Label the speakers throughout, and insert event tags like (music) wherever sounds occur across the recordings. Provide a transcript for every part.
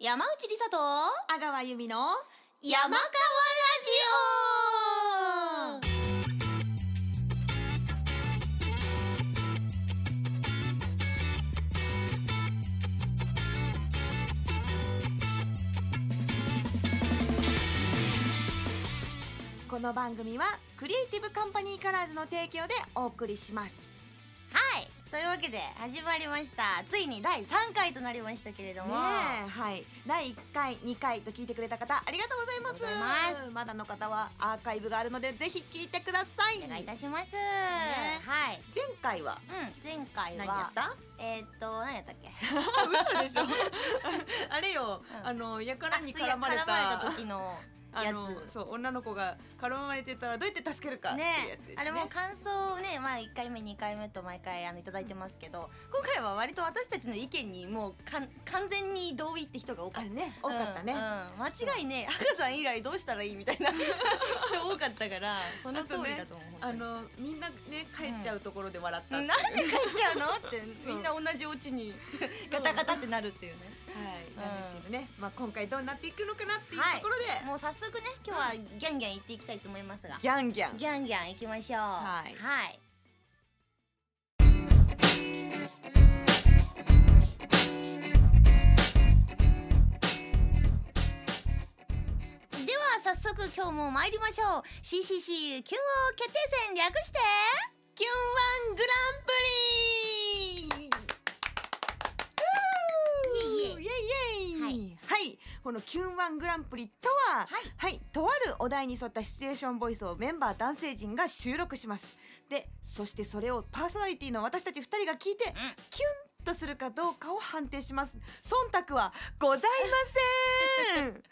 Speaker 1: 山内梨沙と阿川由美の山川ラジオこの番組はクリエイティブカンパニーカラーズの提供でお送りします
Speaker 2: はいというわけで始まりましたついに第3回となりましたけれど
Speaker 1: ね
Speaker 2: も、
Speaker 1: えはい第1回2回と聞いてくれた方ありがとうございます
Speaker 2: ありがとうございま
Speaker 1: だの方はアーカイブがあるのでぜひ聞いてください
Speaker 2: お願いいたします、
Speaker 1: ね
Speaker 2: はい
Speaker 1: 前回は
Speaker 2: うん前回
Speaker 1: 何や
Speaker 2: は
Speaker 1: った
Speaker 2: えー、っと何やったっ
Speaker 1: (laughs)
Speaker 2: け
Speaker 1: 嘘でしょ (laughs) あれよ、
Speaker 2: うん
Speaker 1: あのやからに
Speaker 2: あつい
Speaker 1: 絡まれた
Speaker 2: 絡まれた時の
Speaker 1: (laughs) あの
Speaker 2: やつ
Speaker 1: そう女の子が絡まれてたらどうやって助けるかって
Speaker 2: ね
Speaker 1: いうやつですね
Speaker 2: あれも感想をね、まあ、1回目2回目と毎回あのいただいてますけど今回は割と私たちの意見にもうかん完全に同意って人が多かっ
Speaker 1: あれ
Speaker 2: た。
Speaker 1: ね多かったね、
Speaker 2: うんうん間違いね赤さん以外どうしたらいいみたいな人多かったからその通りだと思う
Speaker 1: あ
Speaker 2: 本当に
Speaker 1: のみんなね帰っちゃうところで笑ったって
Speaker 2: ないん
Speaker 1: う、
Speaker 2: で
Speaker 1: は
Speaker 2: 帰っちゃうのってみんな同じお家にガタガタってなるっていうね
Speaker 1: いなんですけどね、まあ今回どうなっていくのかなっていうところで、
Speaker 2: もう早速ね今日はギャンギャン行っていきたいと思いますが
Speaker 1: ギャンギャン
Speaker 2: ギャンギャン行きましょう
Speaker 1: はい
Speaker 2: はいでは早速今日も参りましょう CCC キュン王決定戦略して
Speaker 1: キュンワングランプ
Speaker 2: いえいえ
Speaker 1: リイエイイエイ、はい、このキュンワングランプリとは
Speaker 2: はい
Speaker 1: はい、とあるお題に沿ったシチュエーションボイスをメンバー男性陣が収録しますでそしてそれをパーソナリティの私たち2人が聞いて、キュンとするかどうかを判定します忖度はございませ
Speaker 2: (laughs)
Speaker 1: ん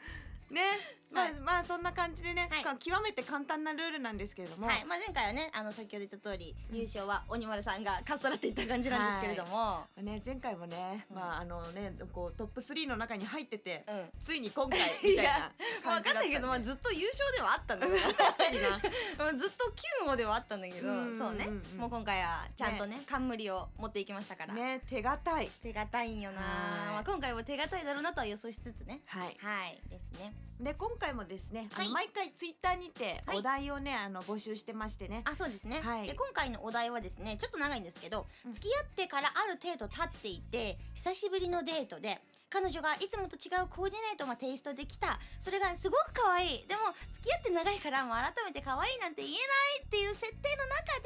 Speaker 1: ね、まあ、
Speaker 2: はい
Speaker 1: まあそんな感じでね、
Speaker 2: はい
Speaker 1: か極めて簡単なルールなんですけれども、
Speaker 2: はい、まあ、前回はねあの先ほど言った通り優勝は鬼丸さんがかっさらっていった感じなんですけれども、
Speaker 1: ね、前回もね、
Speaker 2: うん
Speaker 1: まああのねこうトップ3の中に入ってて、
Speaker 2: うん
Speaker 1: ついに今回
Speaker 2: (laughs)
Speaker 1: み
Speaker 2: い
Speaker 1: たい
Speaker 2: や
Speaker 1: な
Speaker 2: まあ分かん
Speaker 1: 感じだった
Speaker 2: ないけど、まあ、ずっと優勝ではあったん
Speaker 1: (laughs)
Speaker 2: ですよ
Speaker 1: 確かにな
Speaker 2: まあずっと9王ではあったんだけど、
Speaker 1: うんうんうん
Speaker 2: そうねもう今回はちゃんとね冠を持っていきましたから、
Speaker 1: ね手堅い
Speaker 2: 手堅いんよな、
Speaker 1: はい
Speaker 2: まあ、今回も手堅いだろうなとは予想しつつね
Speaker 1: はい
Speaker 2: はいですね
Speaker 1: で今回もですね、あ
Speaker 2: は
Speaker 1: の
Speaker 2: い
Speaker 1: 毎回ツイッターにて
Speaker 2: はい
Speaker 1: お題をね、あの募集してましてね。
Speaker 2: あそうですね、
Speaker 1: はい
Speaker 2: で今回のお題はですねちょっと長いんですけど、
Speaker 1: うん
Speaker 2: 付き合ってからある程度経っていて久しぶりのデートで彼女がいつもと違うコーディネートがテイストできたそれがすごく可愛いでも付き合って長いからもう改めて可愛いなんて言えないっていう設定の中で好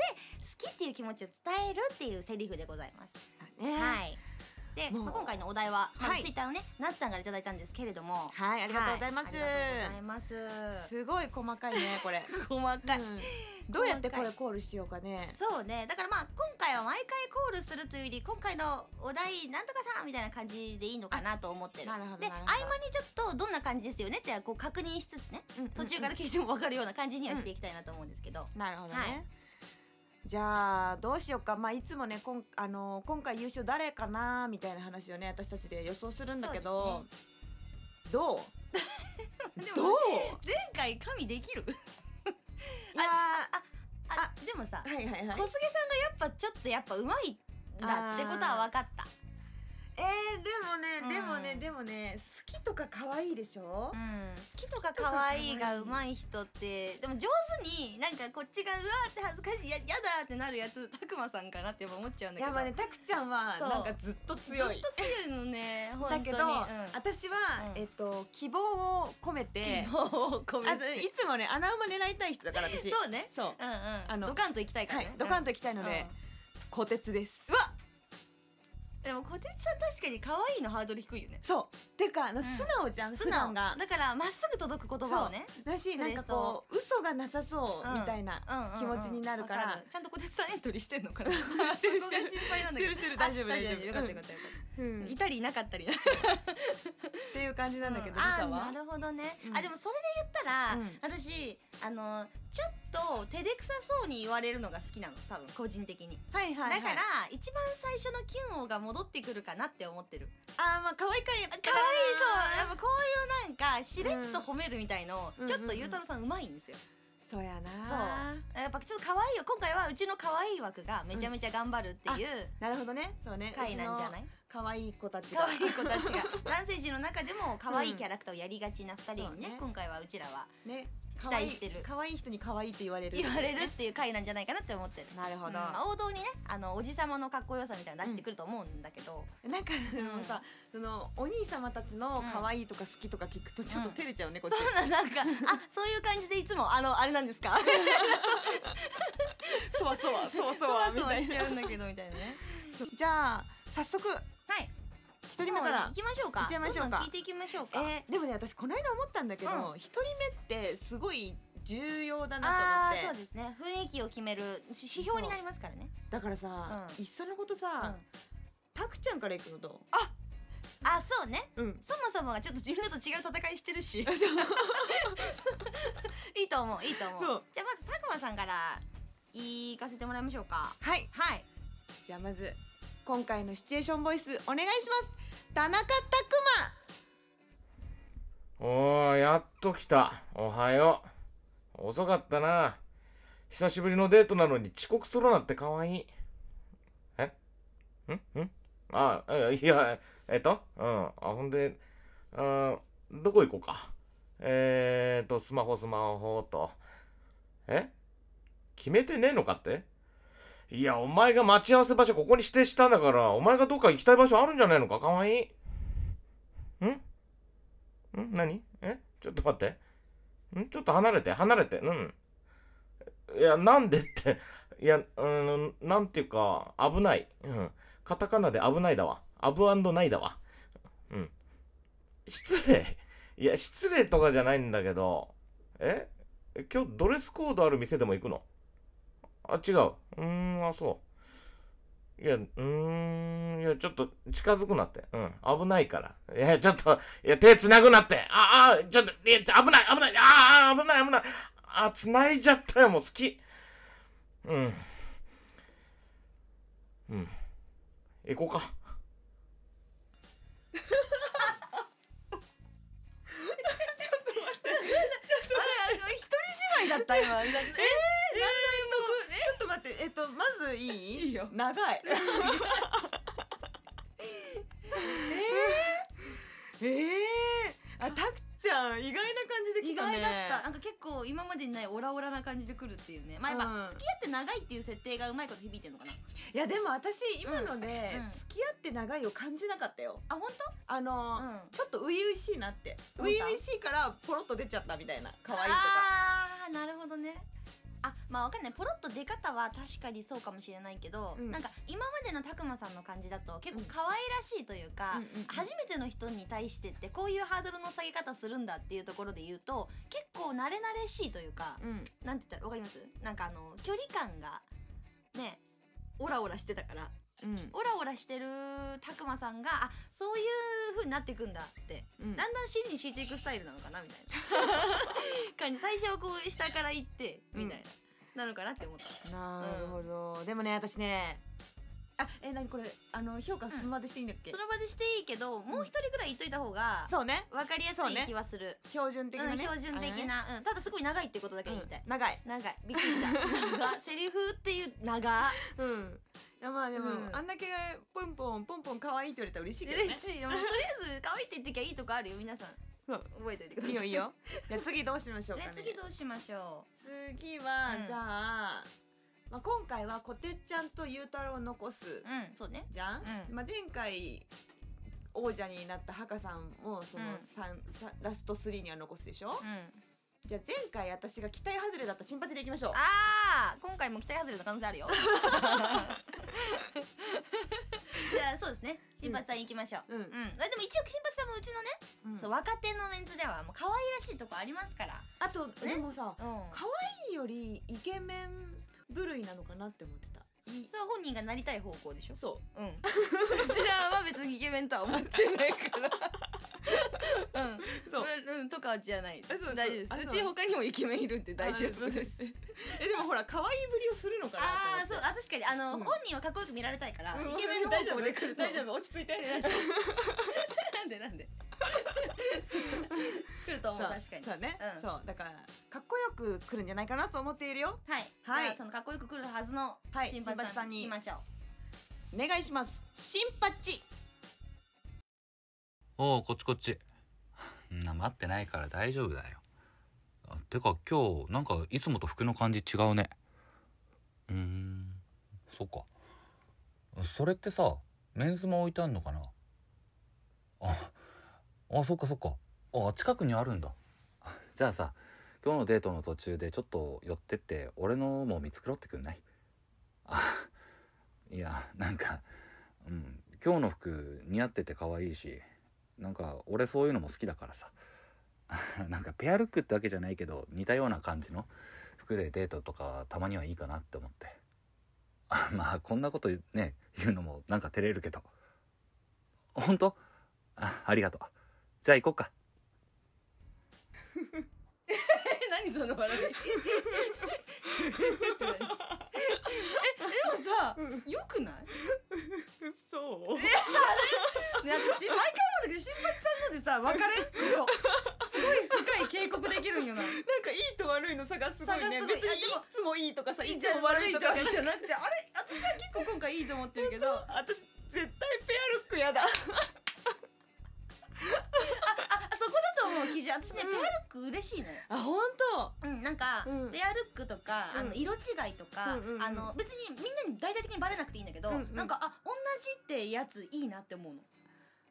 Speaker 2: きっていう気持ちを伝えるっていうセリフでございます。
Speaker 1: ね
Speaker 2: はいで、
Speaker 1: もう
Speaker 2: まあ今回のお題は、まあ
Speaker 1: はい
Speaker 2: ツイッターのねなっさんからいただいたんですけれども
Speaker 1: はい、ありがとうございます。
Speaker 2: はありがとうございます
Speaker 1: すごい細かい
Speaker 2: (laughs)
Speaker 1: ねこれ、
Speaker 2: 細かい、 (laughs)
Speaker 1: うんどうやってこ
Speaker 2: 細かい
Speaker 1: れコールしようかね。
Speaker 2: そうねだからまあ今回は毎回コールするというより今回のお題なんとかさんみたいな感じでいいのかなと思ってる
Speaker 1: なるほど
Speaker 2: で
Speaker 1: な
Speaker 2: 合
Speaker 1: るほ
Speaker 2: 間
Speaker 1: ど
Speaker 2: にちょっとどんな感じですよねってこう確認しつつね
Speaker 1: うん
Speaker 2: 途中から
Speaker 1: うん
Speaker 2: 聞いても分かるような感じにはしていきたいなと思うんですけど、
Speaker 1: うんなるほどね。
Speaker 2: はい
Speaker 1: じゃあどうしようか、まあ、いつもねこん、あの今回優勝誰かなみたいな話をね私たちで予想するんだけ
Speaker 2: そ
Speaker 1: ど
Speaker 2: う、
Speaker 1: ど
Speaker 2: でも
Speaker 1: うどう
Speaker 2: 前回神できる
Speaker 1: いや
Speaker 2: あでもさ
Speaker 1: ーはいはいはい
Speaker 2: 小菅さんがやっぱちょっとやっぱうまいんだってことは分かった
Speaker 1: えー、でもね、
Speaker 2: うん
Speaker 1: でもねでもね好きとか可愛いでしょ、
Speaker 2: うん、好きとか可愛いがうまい人ってでも上手になんかこっちがうわーって恥ずかしいややだーってなるやつたくまさんかなってやっぱ思っちゃうんだけ
Speaker 1: や
Speaker 2: ど
Speaker 1: ばねたくちゃんは
Speaker 2: そう
Speaker 1: なんかずっと強い
Speaker 2: ずっと強いの
Speaker 1: (laughs)
Speaker 2: ね本当
Speaker 1: だ
Speaker 2: に
Speaker 1: けど、私は、
Speaker 2: うん
Speaker 1: えっと希望を込めて
Speaker 2: うん、昨日を込
Speaker 1: あ
Speaker 2: め
Speaker 1: と
Speaker 2: て
Speaker 1: いつもね穴馬狙いたい人だから私
Speaker 2: そうね
Speaker 1: そう
Speaker 2: うんうん
Speaker 1: あの
Speaker 2: ドカンと行きたいから
Speaker 1: は
Speaker 2: ね、
Speaker 1: いドカン
Speaker 2: と
Speaker 1: と行きたいので、虎鉄です
Speaker 2: うわでも小鉄さん確かに可愛いのハードル低いよね
Speaker 1: そうていうかあの、
Speaker 2: うん
Speaker 1: 素直じゃん
Speaker 2: 素
Speaker 1: 素
Speaker 2: 直
Speaker 1: 直が
Speaker 2: だからまっすぐ届く言葉をね
Speaker 1: だしなんかこう嘘がなさそう、
Speaker 2: うん
Speaker 1: みたいな
Speaker 2: うんうんうん
Speaker 1: 気持ちになるから
Speaker 2: わちゃんと小鉄さんエントリーしてんのか
Speaker 1: (laughs)
Speaker 2: な
Speaker 1: してるしてる
Speaker 2: そこが心配なんだけど
Speaker 1: してるしてる大丈夫
Speaker 2: あ大丈
Speaker 1: 大丈
Speaker 2: 夫
Speaker 1: 夫
Speaker 2: よかったよかったよかった
Speaker 1: うん
Speaker 2: い
Speaker 1: った
Speaker 2: りいなかったりな
Speaker 1: ていう感じなんだけど、
Speaker 2: う
Speaker 1: リサ
Speaker 2: あ
Speaker 1: は
Speaker 2: なるほどね、
Speaker 1: うん
Speaker 2: あでもそれで言ったら、
Speaker 1: うん
Speaker 2: 私あのちょっと照れくさそうに言われるのが好きなの多分個人的に、
Speaker 1: はいはい、はい、
Speaker 2: だから一番最初のキュン王が戻ってくるかなって思ってる
Speaker 1: あーまあ可愛いかい
Speaker 2: 可愛いそうやっぱこういうなんかしれっと褒めるみたいの、
Speaker 1: うん
Speaker 2: ちょっとゆうたろうさんうまいんですよ、
Speaker 1: そうやな
Speaker 2: やっぱちょっと可愛いよ今回はうちの可愛い枠がめちゃめちゃ頑張るっていう
Speaker 1: なるほどねそうね
Speaker 2: 回なんじゃな
Speaker 1: うちの
Speaker 2: い、
Speaker 1: 可愛い子たちが
Speaker 2: 可愛い子たちが (laughs) 男性陣の中でも可愛いキャラクターをやりがちな2人にね,、
Speaker 1: そうね
Speaker 2: 今回はうちらは
Speaker 1: ね
Speaker 2: 期待してる
Speaker 1: 可愛い人に可愛いって言われる
Speaker 2: 言われるっていう回なんじゃないかなって思ってる。
Speaker 1: なるほど、
Speaker 2: うんまあ王道にねあのおじさまのかっこよさみたいなの出してくると思うんだけど、
Speaker 1: なんかでもさ、そのお兄様たちの可愛いとか好きとか聞くとちょっと照れちゃうね、こっち
Speaker 2: そうななんかあそういう感じでいつもあのあれなんですか
Speaker 1: そわそわそわそわみたい
Speaker 2: し
Speaker 1: な
Speaker 2: ちゃうんだけどみたいな (laughs) ね
Speaker 1: じゃあ早速
Speaker 2: はい
Speaker 1: 一人目
Speaker 2: も
Speaker 1: か
Speaker 2: う
Speaker 1: ら
Speaker 2: 行きましょうか
Speaker 1: 行っちゃいましょうか
Speaker 2: どんどん聞いていきましょう
Speaker 1: え
Speaker 2: か、
Speaker 1: ーでもね私この間思ったんだけど
Speaker 2: う
Speaker 1: 一、人目ってすごい重要だな
Speaker 2: あ
Speaker 1: と
Speaker 2: あそ
Speaker 1: 思っ
Speaker 2: う
Speaker 1: て
Speaker 2: ですね雰囲気を決めるし指標になりますからね
Speaker 1: だからさ、
Speaker 2: うん
Speaker 1: いっそのこと
Speaker 2: うん
Speaker 1: さ、たくちゃんから行くのと
Speaker 2: あそうね
Speaker 1: ううん (laughs)
Speaker 2: そもそもがちょっと自分だと違う戦いしてる (laughs) し
Speaker 1: そう
Speaker 2: いいと思ういいと思う
Speaker 1: そう
Speaker 2: じゃあまずたくまさんから行かせてもらいましょうか
Speaker 1: はい
Speaker 2: はい
Speaker 1: じゃあまず今回のシチュエーションボイスお願いします田中拓
Speaker 3: おー、やっと来た。おはよう。遅かったな。久しぶりのデートなのに遅刻するなんて可愛い。えんんあ、えいや、えっと、うん。あ、ほんで、あーどこ行こうか。えーと、スマホ、スマホと。え決めてねえのかっていや、お前が待ち合わせ場所ここに指定したんだから、お前がどっか行きたい場所あるんじゃないのか可愛い。んん何えちょっと待って。んちょっと離れて、離れて。うん。いや、なんでって。いや、うーん、なんていうか、危ない。うん。カタカナで危ないだわ。アブないだわ。うん。失礼。いや、失礼とかじゃないんだけど。え今日ドレスコードある店でも行くのあ、違う。うーん、あ、そう。いや、うーん、いや、ちょっと近づくなって。うん、危ないから。いや、ちょっと、いや、手繋ぐなって。ああ、ちょっと、いや、ちょ危ない、危ない、ああ、危ない、危ない。あ、繋いじゃったよ、もう好き。うん。うん。行こうか。
Speaker 2: あれあれ一人芝居だった今 (laughs) え
Speaker 1: ちょっと待ってえっとまずいい
Speaker 2: いいよ
Speaker 1: 長い (laughs) えー、えー、あたくちゃん意外な感じで
Speaker 2: 意
Speaker 1: 来たね
Speaker 2: 外だったなんか結構今までにないオラオラな感じで来るっていうねまあやっ
Speaker 1: うん
Speaker 2: ぱ付き合って長いっていう設定がうまいこと響いてるのかない
Speaker 1: やでも私今ので、
Speaker 2: うん
Speaker 1: 付き合って長いを感じなかったよ
Speaker 2: あ本
Speaker 1: あの、
Speaker 2: 当うん
Speaker 1: ちょっと初々しいなって
Speaker 2: 本
Speaker 1: 初
Speaker 2: 当
Speaker 1: 々しいからポロッと出ちゃったみたいな可愛いとか
Speaker 2: あーなるほどねあまあわかんないポロッと出方は確かにそうかもしれないけど、
Speaker 1: うん
Speaker 2: なんか今までのたくまさんの感じだと結構可愛らしいというか、
Speaker 1: うんうんうん
Speaker 2: 初めての人に対してってこういうハードルの下げ方するんだっていうところで言うと結構慣れ慣れしいというか、
Speaker 1: うん
Speaker 2: なんて言ったらわかりますなんかあの距離感がねオラオラしてたから
Speaker 1: うん
Speaker 2: オラオラしてるたくまさんがあそういう風になっていくんだって
Speaker 1: うん
Speaker 2: だんだん尻に敷いていくスタイルなのかなみたいな
Speaker 1: (laughs)
Speaker 2: 感じ最初はこう下から行ってみたいな、なのかなって思った
Speaker 1: なるほど、でもね私ねあえ何これあの評価すまでしていいんだっけ、
Speaker 2: その場でしていいけどもう一人くらい言っといた方が
Speaker 1: そうね
Speaker 2: 分かりやす
Speaker 1: そうね
Speaker 2: い気はする、
Speaker 1: 標準的な
Speaker 2: うん、
Speaker 1: ね、
Speaker 2: 標準
Speaker 1: あ
Speaker 2: 的
Speaker 1: のね
Speaker 2: な、うん、ただすごい長いってことだけ言いたい、
Speaker 1: うん長い
Speaker 2: 長いびっくりした
Speaker 1: (laughs)
Speaker 2: 長いセリフっていう長
Speaker 1: うんいやまあでも、
Speaker 2: うん
Speaker 1: あんだけポンポンポンポン可愛いって言われたら嬉しいけどね
Speaker 2: 嬉しいよもうとりあえず可愛いって言ってきゃいいとこあるよ皆さん
Speaker 1: そう
Speaker 2: 覚えておいてくださ
Speaker 1: い
Speaker 2: い
Speaker 1: いよいいよじゃあ次どうしましょう
Speaker 2: (laughs)
Speaker 1: か
Speaker 2: ね
Speaker 1: ね
Speaker 2: 次どうしましょ
Speaker 1: 次は、
Speaker 2: うん
Speaker 1: じゃあ、まあ、今回はこてっちゃんとゆうたろうを残す
Speaker 2: ううんそうね
Speaker 1: じゃん、
Speaker 2: うん
Speaker 1: まあ、前回王者になったハカさんもその
Speaker 2: うん
Speaker 1: 三、さラスト3には残すでしょ、
Speaker 2: うん
Speaker 1: じゃあ前回私が期待外れだった新八でいきましょう
Speaker 2: ああ今回も期待外れの可能性あるよ (laughs) じゃあそうですね新八さん行きましょう
Speaker 1: うん
Speaker 2: うん、あでも一応新八さんもうちのね、
Speaker 1: うん
Speaker 2: そう若手のメンツではもう可愛らしいとこありますから
Speaker 1: あと、
Speaker 2: ね
Speaker 1: でもさ
Speaker 2: うん
Speaker 1: 可愛いよりイケメン部類なのかなって思ってたい
Speaker 2: それは本人がなりたい方向でしょ
Speaker 1: そ
Speaker 2: うん
Speaker 1: (laughs)
Speaker 2: こちらは別にイケメンとは思ってない
Speaker 1: (laughs)
Speaker 2: からうん
Speaker 1: うそう
Speaker 2: うんとかじゃない
Speaker 1: あそう
Speaker 2: 大丈夫
Speaker 1: あ
Speaker 2: で
Speaker 1: そう
Speaker 2: すうち他にもイケメンいるんで大丈
Speaker 1: あ
Speaker 2: 夫
Speaker 1: そう
Speaker 2: で
Speaker 1: ですすえでもほら可愛いぶりをするのかな
Speaker 2: ああ
Speaker 1: と
Speaker 2: そうあ確かにあの、
Speaker 1: うん
Speaker 2: 本人はかっこよく見られたいから、
Speaker 1: 思って
Speaker 2: イケメンの方向で来ると
Speaker 1: 大丈夫落ち着いて
Speaker 2: なんで (laughs) なんで来ると思う
Speaker 1: そう
Speaker 2: 確かに
Speaker 1: そうね、
Speaker 2: うん
Speaker 1: そうだからかっこよく来るんじゃないかなと思っているよ
Speaker 2: はい、
Speaker 1: はい
Speaker 2: じゃあそのかっこよく来るはずの
Speaker 1: はい
Speaker 2: (laughs) 新八さんに行き
Speaker 1: 新八
Speaker 2: ましょう、
Speaker 1: お願いします新八
Speaker 4: おうこっちこっち (laughs) んな待ってないから大丈夫だよあてか今日なんかいつもと服の感じ違うねうーんそっかそれってさメンズも置いてあんのかなああそっかそっかあ近くにあるんだ (laughs) じゃあさ今日のデートの途中でちょっと寄ってって俺のも見繕ってくんないあいやなんかうん今日の服似合ってて可愛いしなんか俺そういうのも好きだからさ (laughs) なんかペアルックってわけじゃないけど似たような感じの服でデートとかたまにはいいかなって思って (laughs) あまあこんなことね言うのもなんか照れるけど本当 (laughs) あありがとうじゃあ行こっか
Speaker 2: 何その笑いえでもさよくない
Speaker 1: (laughs) そう
Speaker 2: ね、私毎回思うんだけど新八さんのでさ別れっ子すごい深い警告できるん (laughs) よな
Speaker 1: なんかいいと悪いの差がすごいね
Speaker 2: 差がすごい
Speaker 1: 別に
Speaker 2: い
Speaker 1: い
Speaker 2: やでも
Speaker 1: つもいいとかさい
Speaker 2: い
Speaker 1: つも悪いとか
Speaker 2: じゃなくてあれ私は結構今回いいと思ってるけどあ
Speaker 1: 私絶対ペアルックやだ
Speaker 2: そこだと思う基準私ね、ペアルック嬉しいのよ
Speaker 1: あ本当
Speaker 2: うん、なんか、
Speaker 1: うん
Speaker 2: ペアルックとか、
Speaker 1: うん
Speaker 2: あの色違いとか、
Speaker 1: うんうんうん
Speaker 2: あの別にみんなに大々的にバレなくていいんだけど、
Speaker 1: うんうん
Speaker 2: なんかあ同じってやついいなって思うの。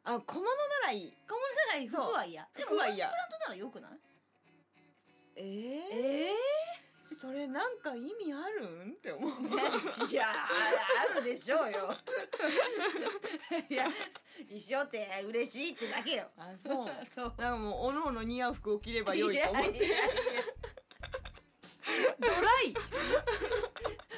Speaker 1: あ小物ならいい
Speaker 2: 顔のなら
Speaker 1: そう
Speaker 2: 服は嫌。でも
Speaker 1: 服
Speaker 2: 同
Speaker 1: は
Speaker 2: じブ
Speaker 1: 嫌
Speaker 2: ランドならよくない？え
Speaker 1: えー、
Speaker 2: え
Speaker 1: それなんか意味あるんって思う
Speaker 2: いやあるでしょうよ。いや一緒って嬉しいってだけよ。
Speaker 1: (laughs) あそう
Speaker 2: そう。
Speaker 1: なんかもうおのおの似合う服を着ればよいと思っ
Speaker 2: やいやい
Speaker 1: て
Speaker 2: やドライ。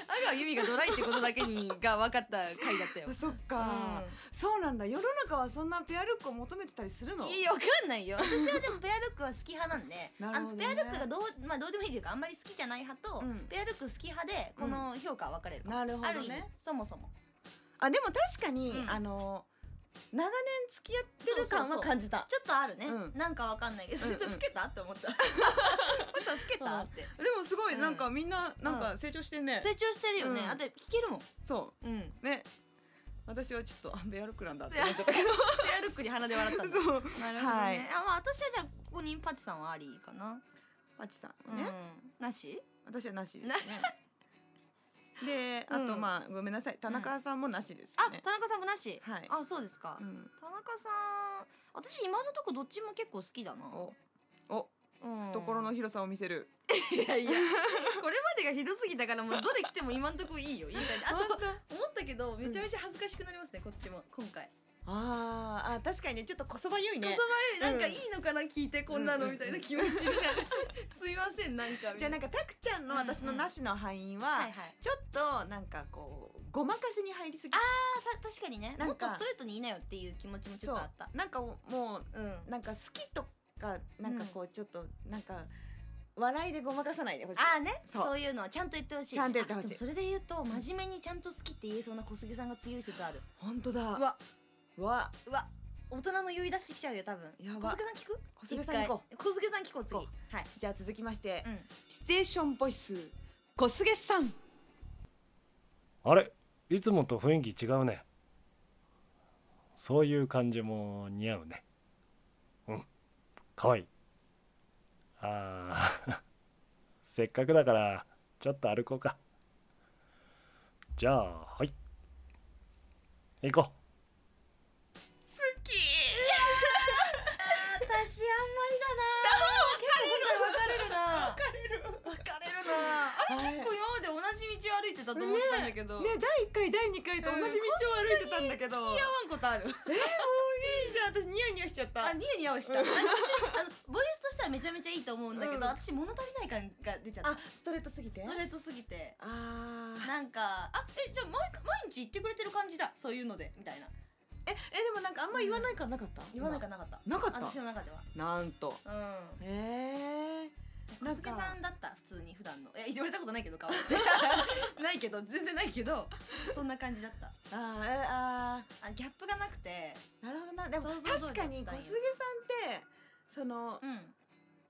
Speaker 2: 阿川由美がドライってことだけにが分かった回だったよ
Speaker 1: あ。そっか、そうなんだ世の中はそんなペアルックを求めてたりするの
Speaker 2: いやわかんないよ私はでもペアルックは好き派なんで、
Speaker 1: (laughs) な
Speaker 2: あ
Speaker 1: る
Speaker 2: の
Speaker 1: ほど
Speaker 2: ペ
Speaker 1: ね
Speaker 2: アルックがどう,、まあ、どうでもいいというかあんまり好きじゃない派と、
Speaker 1: うん
Speaker 2: ペアルック好き派でこの評価は分かれるかも、
Speaker 1: なるほ
Speaker 2: あ
Speaker 1: ど
Speaker 2: る意味
Speaker 1: ね
Speaker 2: そもそも
Speaker 1: あでも確かに、
Speaker 2: うん
Speaker 1: あの長年付き合ってる感は感じた
Speaker 2: ちょっとあるね、
Speaker 1: うん
Speaker 2: なんかわかんないけど、
Speaker 1: うん
Speaker 2: ち
Speaker 1: う
Speaker 2: ょ
Speaker 1: ん
Speaker 2: っと老けたって思った
Speaker 1: (laughs)
Speaker 2: おじさん老けたって
Speaker 1: でもすごいなんかみんななん
Speaker 2: う
Speaker 1: か成長してんね、
Speaker 2: 成長してるよね、
Speaker 1: うん
Speaker 2: あと聞けるもん
Speaker 1: そ
Speaker 2: うん
Speaker 1: うね私はちょっとあペアルックなんだって
Speaker 2: ペ
Speaker 1: 思っちゃったけど
Speaker 2: ア (laughs) ルックに鼻で笑ったんだなる
Speaker 1: (laughs) そう
Speaker 2: ほどね、
Speaker 1: はい
Speaker 2: あまあ私はじゃあここにパチさんはありかな、
Speaker 1: パチさ
Speaker 2: うん
Speaker 1: ね、
Speaker 2: ん、なし
Speaker 1: 私はなしですねであと
Speaker 2: うん
Speaker 1: まあごめんなさい田中さんもなしです
Speaker 2: あ、
Speaker 1: ね、
Speaker 2: 田中さんもなし、
Speaker 1: はい
Speaker 2: あそうですか、
Speaker 1: うん、
Speaker 2: 田中さん私今のとこどっちも結構好きだな、
Speaker 1: おお
Speaker 2: うん、(laughs)
Speaker 1: 懐の
Speaker 2: い
Speaker 1: 広さを見せる、
Speaker 2: やいやこれまでがひどすぎたからもうどれ来ても今のとこいいよいい感 (laughs) じあと
Speaker 1: 本当
Speaker 2: 思ったけどめちゃめちゃ恥ずかしくなりますねこっちも今回、
Speaker 1: あーあ確かにねちょっとこそばゆい
Speaker 2: こ
Speaker 1: ね
Speaker 2: そばよりなんかいいのかな聞いてこんな
Speaker 1: う
Speaker 2: の
Speaker 1: ん
Speaker 2: みたいな気持ちになる (laughs) すいませんなんか
Speaker 1: じゃあなん
Speaker 2: か
Speaker 1: かたくちゃんの私のなしの敗因は、
Speaker 2: はいはい
Speaker 1: ちょっとなんかこうごまかしに入りすぎ
Speaker 2: あさ確かにね
Speaker 1: なんか
Speaker 2: もっとストレートにいいなよっていう気持ちもちょっとあった
Speaker 1: そうなんかもう
Speaker 2: うん
Speaker 1: なんか好きとかなんかこうちょっとなんか笑いでごまかさないでほしい
Speaker 2: ああね
Speaker 1: そう
Speaker 2: そういうのはちゃんと言ってほしい
Speaker 1: ちゃんと言ってほしい
Speaker 2: あでもそれで言うと真面目にちゃんと好きって言えそうな小杉さんが強い説ある
Speaker 1: 本当だ
Speaker 2: うわ
Speaker 1: うわ
Speaker 2: うわ大人の言い出してきちゃうよ多分
Speaker 1: や
Speaker 2: 小
Speaker 1: ば
Speaker 2: 菅さん聞く
Speaker 1: 小菅さん行こ
Speaker 2: う小菅さん聞こう次
Speaker 1: 行こ
Speaker 2: はい
Speaker 1: じゃあ続きまして、
Speaker 2: うん
Speaker 1: シチュエーションボイス小菅さん
Speaker 5: あれいつもと雰囲気違うねそういう感じも似合うねうんかわいいあー (laughs) せっかくだからちょっと歩こうかじゃあはい行こう
Speaker 2: 私あんまりだな結構今回分かれるな分かれる分かれるなあ
Speaker 1: はい
Speaker 2: 結構今まで同じ道を歩いてたと思ってたんだけど
Speaker 1: ね第1回第2回と同じ道を歩いてたんだけど、
Speaker 2: 気合わんことある
Speaker 1: いいじゃん私ニヤニヤしちゃった
Speaker 2: あニヤニヤをしたなんか別にあのボイスとしてはめちゃめちゃいいと思うんだけ
Speaker 1: うん
Speaker 2: ど私物足りない感が出ちゃった
Speaker 1: あストレートすぎて
Speaker 2: ストレートすぎて
Speaker 1: あー
Speaker 2: なんかあえじゃあ毎回毎日言ってくれてる感じだそういうのでみたいな
Speaker 1: ええでもなんかあんま言わないからなかった、
Speaker 2: 言わなかなかった
Speaker 1: なかっ
Speaker 2: 私
Speaker 1: た
Speaker 2: の中では
Speaker 1: なんと
Speaker 2: うん
Speaker 1: へえな
Speaker 2: 小
Speaker 1: んか
Speaker 2: 菅さんだった普通に普段のいや言われたことないけど
Speaker 1: (laughs)
Speaker 2: 顔ないけど全然ないけどそんな感じだった
Speaker 1: あーえあ
Speaker 2: あギャップがなくて
Speaker 1: ーなるほどなでも
Speaker 2: 想像通りだったん
Speaker 1: 確
Speaker 2: よ
Speaker 1: かに小菅さんってその
Speaker 2: うん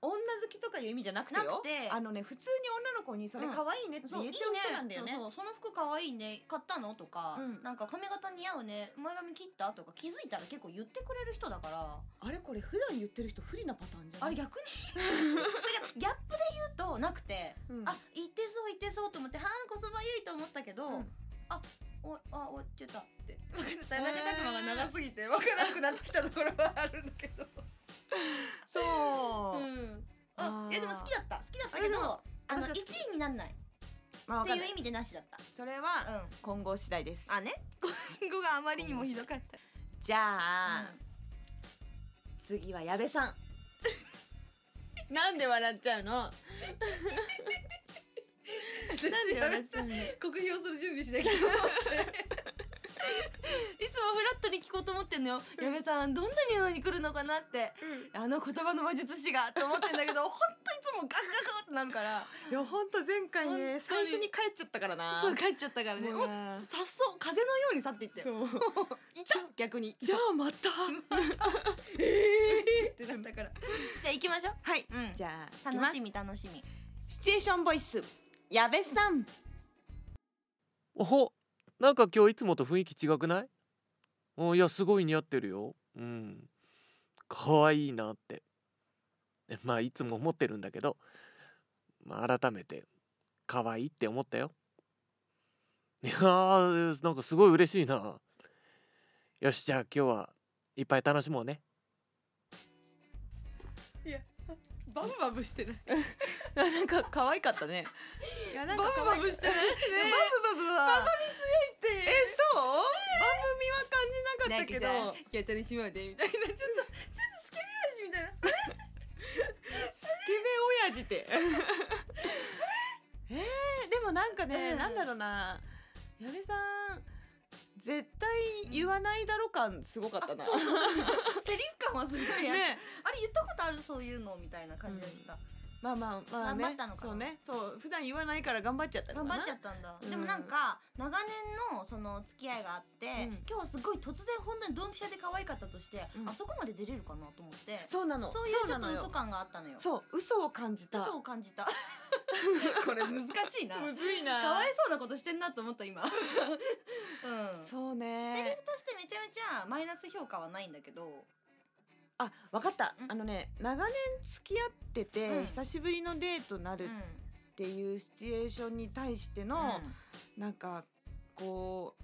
Speaker 1: 女好きとかいう意味じゃなくて
Speaker 2: な
Speaker 1: よ
Speaker 2: くて
Speaker 1: あのね普通に女の子にそれ
Speaker 2: うん
Speaker 1: 可愛いねって言えちゃう人なんだよね,、
Speaker 2: そうそうその服可愛いね買ったのとか、
Speaker 1: うん
Speaker 2: なんか髪型似合うね前髪切ったとか気づいたら結構言ってくれる人だから
Speaker 1: あれこれ普段言ってる人不利なパターンじゃん
Speaker 2: あれ
Speaker 1: (laughs)
Speaker 2: 逆にだからギャップで言うとなくて、
Speaker 1: うん
Speaker 2: あ言ってそう言ってそうと思ってはんこそばゆいと思ったけど、
Speaker 1: うん
Speaker 2: あおあ終わっちゃったって田
Speaker 1: 田
Speaker 2: 中
Speaker 1: 中
Speaker 2: 拓
Speaker 1: 拓
Speaker 2: 磨が
Speaker 1: 磨が
Speaker 2: 長
Speaker 1: 長
Speaker 2: すぎて分からなくなってきたところはあるんだけど
Speaker 1: そう、
Speaker 2: うんあ
Speaker 1: あー
Speaker 2: いやでも好きだった好きだったけど
Speaker 1: 私も
Speaker 2: あの1
Speaker 1: 私は好きです
Speaker 2: 位になんない
Speaker 1: まあ
Speaker 2: っ
Speaker 1: わ
Speaker 2: て
Speaker 1: かん
Speaker 2: い
Speaker 1: な
Speaker 2: う
Speaker 1: い
Speaker 2: 意味でなしだった
Speaker 1: それは
Speaker 2: う
Speaker 1: 今後次第です
Speaker 2: んあね今後があまりにもひどかった
Speaker 1: じゃあ、
Speaker 2: (laughs) うん
Speaker 1: 次は矢部さん (laughs) なんで笑っちゃうのなんで笑っちゃうの
Speaker 2: 酷評する準備しなきゃと思っていつもフラットに聞こうと思ってんのよ矢部さんどんなにのに来るのかなって、あの言葉の魔術師がと思ってんだけどほんといつもガクガクってなるから
Speaker 1: いや本当前回
Speaker 2: 本当に
Speaker 1: ね最初に帰っちゃったからな
Speaker 2: そう帰っちゃったからね
Speaker 1: も
Speaker 2: も
Speaker 1: う
Speaker 2: う
Speaker 1: ね
Speaker 2: さっそう風のように去っていって (laughs) い
Speaker 1: そう
Speaker 2: た逆に
Speaker 1: (laughs) じゃあま (laughs) た
Speaker 2: ってなったからじゃあ行きましょう
Speaker 1: はい、
Speaker 2: うん
Speaker 1: じゃあ
Speaker 2: 楽し
Speaker 1: み
Speaker 2: み楽しみ
Speaker 1: シチュエーションボイス矢部さん
Speaker 6: おほなんか今日いつもと雰囲気違くないおいやすごい似合ってるようん可愛いなってえまあいつも思ってるんだけど、まあ、改めて可愛いって思ったよいやーなんかすごい嬉しいなよしじゃあ今日はいっぱい楽しもうね
Speaker 1: バブバブしてる (laughs) なんか可愛かったねいやなんかバブバブしてないバブバブはバブみ強い (laughs) ってえそうバブみは感じなかったけど
Speaker 2: 気当たりしまうでみたいなちょっとちょっとスケベ味みたいな
Speaker 1: スケベ親父って。 (laughs) えー、でもなんかね、
Speaker 2: うん
Speaker 1: なんだろうな矢部さん絶対言わないだろ感すごかったな。
Speaker 2: そうそうそうセリフ感はすごいある
Speaker 1: (laughs) ね、
Speaker 2: あれ言ったことあるそういうのみたいな感じでした、
Speaker 1: まあまあまあね。
Speaker 2: 頑張ったのかな
Speaker 1: そうね、そう普段言わないから頑張っちゃったのかな。
Speaker 2: 頑張っちゃったんだ、
Speaker 1: うん
Speaker 2: でもなんか長年のその付き合いがあって、
Speaker 1: うん
Speaker 2: 今日すごい突然本当にドンピシャで可愛かったとして、
Speaker 1: うん
Speaker 2: あそこまで出れるかなと思って
Speaker 1: そうなの。
Speaker 2: そういうちょ
Speaker 1: な
Speaker 2: っ
Speaker 1: の
Speaker 2: と
Speaker 1: よ
Speaker 2: 嘘感があったのよ
Speaker 1: そう嘘を感じた。
Speaker 2: 嘘を感じ
Speaker 1: (laughs)
Speaker 2: たこれ難しいな
Speaker 1: むずいな。
Speaker 2: かわいそうなことしてんなと思った今うん
Speaker 1: そう
Speaker 2: セリ
Speaker 1: ね
Speaker 2: フ。としてめちゃめちゃマイナス評価はないんだけど
Speaker 1: あ、わかった
Speaker 2: う。ん
Speaker 1: あのね、長年付き合ってて、
Speaker 2: うん
Speaker 1: 久しぶりのデートなるっていうシチュエーションに対しての、なんかこう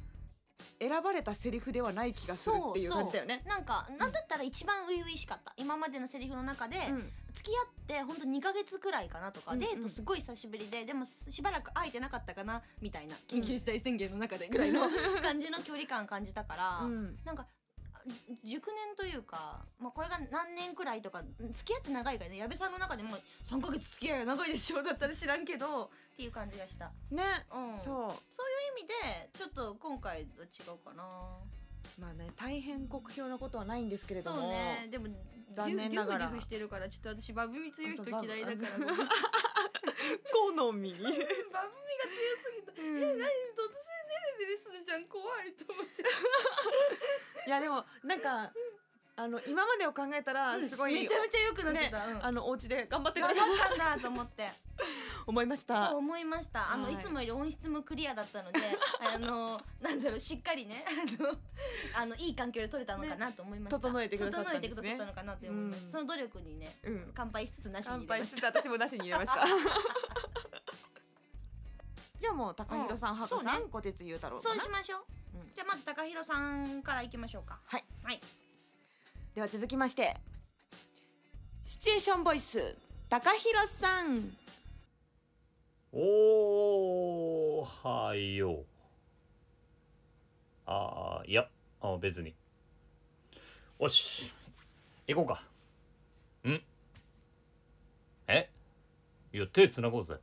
Speaker 1: 選ばれたセリフではない気がするっていう感じだよね。
Speaker 2: なんかなんだったら一番初々しかった、今までのセリフの中で、
Speaker 1: うん
Speaker 2: 付き合ってほんと2ヶ月くらいかなとか、
Speaker 1: うんうん
Speaker 2: デートすごい久しぶりででもしばらく会えてなかったかなみたいな緊急事態宣言の中で (laughs) ぐら
Speaker 1: (laughs)
Speaker 2: いの感じの距離感感じたから、
Speaker 1: うん
Speaker 2: なんかあ熟年というか、まあ、これが何年くらいとか付き合って長いからね矢部さんの中でも3ヶ月付き合いは長いでしょだったら知らんけどっていう感じがした、
Speaker 1: ね、
Speaker 2: うん、そう
Speaker 1: そ
Speaker 2: いう意味でちょっと今回は違うかな。
Speaker 1: うまあね大変酷評のことはないんですけれども、
Speaker 2: そうねでも
Speaker 1: 残念ながら
Speaker 2: デュフデュフしてるからちょっと私バブミ強い人嫌いだから
Speaker 1: そうバ
Speaker 2: バ
Speaker 1: ブ
Speaker 2: ブミが強
Speaker 1: 好み
Speaker 2: すぎた、え何突然デレデレするじゃん怖いと思っちゃう
Speaker 1: (laughs) いやでもなんかあの今までを考えたらすごい、
Speaker 2: めちゃめちゃ良くなってた、うん
Speaker 1: あのお家で頑張ってく
Speaker 2: 頑
Speaker 1: れたと
Speaker 2: 張ったんだと思って
Speaker 1: 思いまし
Speaker 2: そ
Speaker 1: た
Speaker 2: う。思いましたあの、
Speaker 1: はい
Speaker 2: い、つもより音質もクリアだったの
Speaker 1: (laughs)
Speaker 2: であのなんだろうしっかりねあのあのいい環境で撮れたのかなと思いました、
Speaker 1: ね整えてくださったんですね
Speaker 2: 整えてくださったのかなって思いました、
Speaker 1: うん
Speaker 2: その努力にね
Speaker 1: うん、
Speaker 2: 乾杯しつつなしに
Speaker 1: 乾
Speaker 2: 入れ
Speaker 1: 杯
Speaker 2: まし
Speaker 1: しつつ私もなしに入れました。 (laughs) じゃあもう高弘さん、
Speaker 2: うん
Speaker 1: ハカさ、
Speaker 2: そうん
Speaker 1: 小鉄裕太郎
Speaker 2: た
Speaker 1: かな
Speaker 2: そうしましょう、
Speaker 1: うん
Speaker 2: じゃあまず高弘さんからいきましょうか
Speaker 1: はい、
Speaker 2: はい
Speaker 1: では続きましてシチュエーションボイス高弘さん
Speaker 7: おはよう。あーいや、あ別に。おし、行こうか。んえいや、手繋ごうぜ。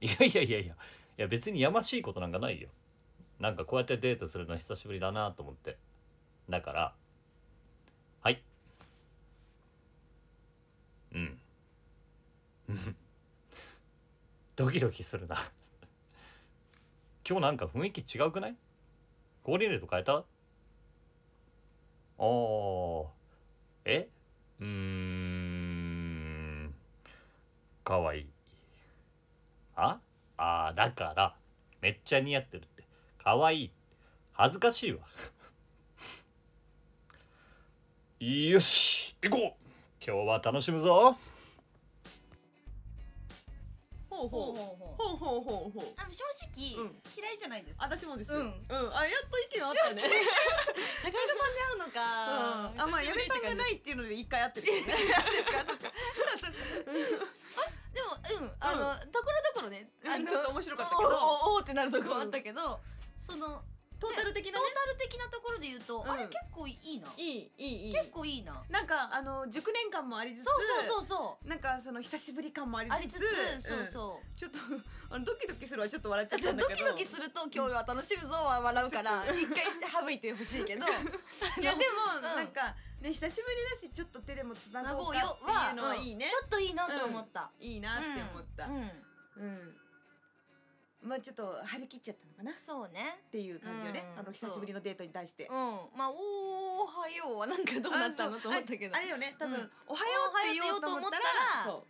Speaker 7: いやいやいやいや、いや別にやましいことなんかないよ。なんかこうやってデートするの久しぶりだなと思って。だから、はい。うん。ドキドキするな (laughs) 今日なんか雰囲気違うくないコーディネート変えたあーえうーんかわいいああーだからめっちゃ似合ってるってかわいい恥ずかしいわよし行こう今日は楽しむぞ
Speaker 1: ほう
Speaker 2: ほうほう
Speaker 1: ほ
Speaker 2: ほう
Speaker 1: うほうほうほうほう
Speaker 2: あ正直、
Speaker 1: うん
Speaker 2: 嫌いじゃないです高
Speaker 1: 私もです
Speaker 2: うん
Speaker 1: うんあやっと意見あったね
Speaker 2: 田さんで会うのか、
Speaker 1: あまあ嫁さんがな
Speaker 2: (laughs)
Speaker 1: いいっていうので一回会ってるけどね
Speaker 2: そっかそっかでもうんあの、ところどころねあ
Speaker 1: うん
Speaker 2: の
Speaker 1: ちょっと面白かったけど
Speaker 2: おおおおってなるとこあったけど、その
Speaker 1: トータル的なね
Speaker 2: トータル的なところで言うと、
Speaker 1: うん
Speaker 2: あれ結構いいない
Speaker 1: いいいいい
Speaker 2: 結構いいな
Speaker 1: なんかあの熟年感もありつつ
Speaker 2: そうそうそうそ
Speaker 1: なんかその久しぶり感もあり
Speaker 2: うあり
Speaker 1: つ
Speaker 2: つ
Speaker 1: つ
Speaker 2: つ、
Speaker 1: うん
Speaker 2: そうそう
Speaker 1: ちょっと (laughs) あのドキドキするはちょっと笑っちゃ
Speaker 2: ド
Speaker 1: ったんだけ
Speaker 2: キ
Speaker 1: ど
Speaker 2: ドキすると今日は楽しむぞは笑うから一回省いてほしいけ (laughs) ど
Speaker 1: いやでも、
Speaker 2: ん
Speaker 1: なんかね久しぶりだしちょっと手でもつな
Speaker 2: 名
Speaker 1: ご
Speaker 2: 護
Speaker 1: う
Speaker 2: よ
Speaker 1: かって
Speaker 2: は
Speaker 1: いうのはいいね
Speaker 2: ち、ょっといいなと思った、
Speaker 1: いいなって思った
Speaker 2: うんうん
Speaker 1: うん、まあちょっと張り切っちゃったのかなっ
Speaker 2: そうね
Speaker 1: ていう感じよね、
Speaker 2: うん
Speaker 1: あの久しぶりのデートに対して
Speaker 2: うんまあおーおはようはなんかどうなったのと思ったけど
Speaker 1: あれよね多分、
Speaker 2: うん
Speaker 1: おは
Speaker 2: お
Speaker 1: ようって言おうと思ったら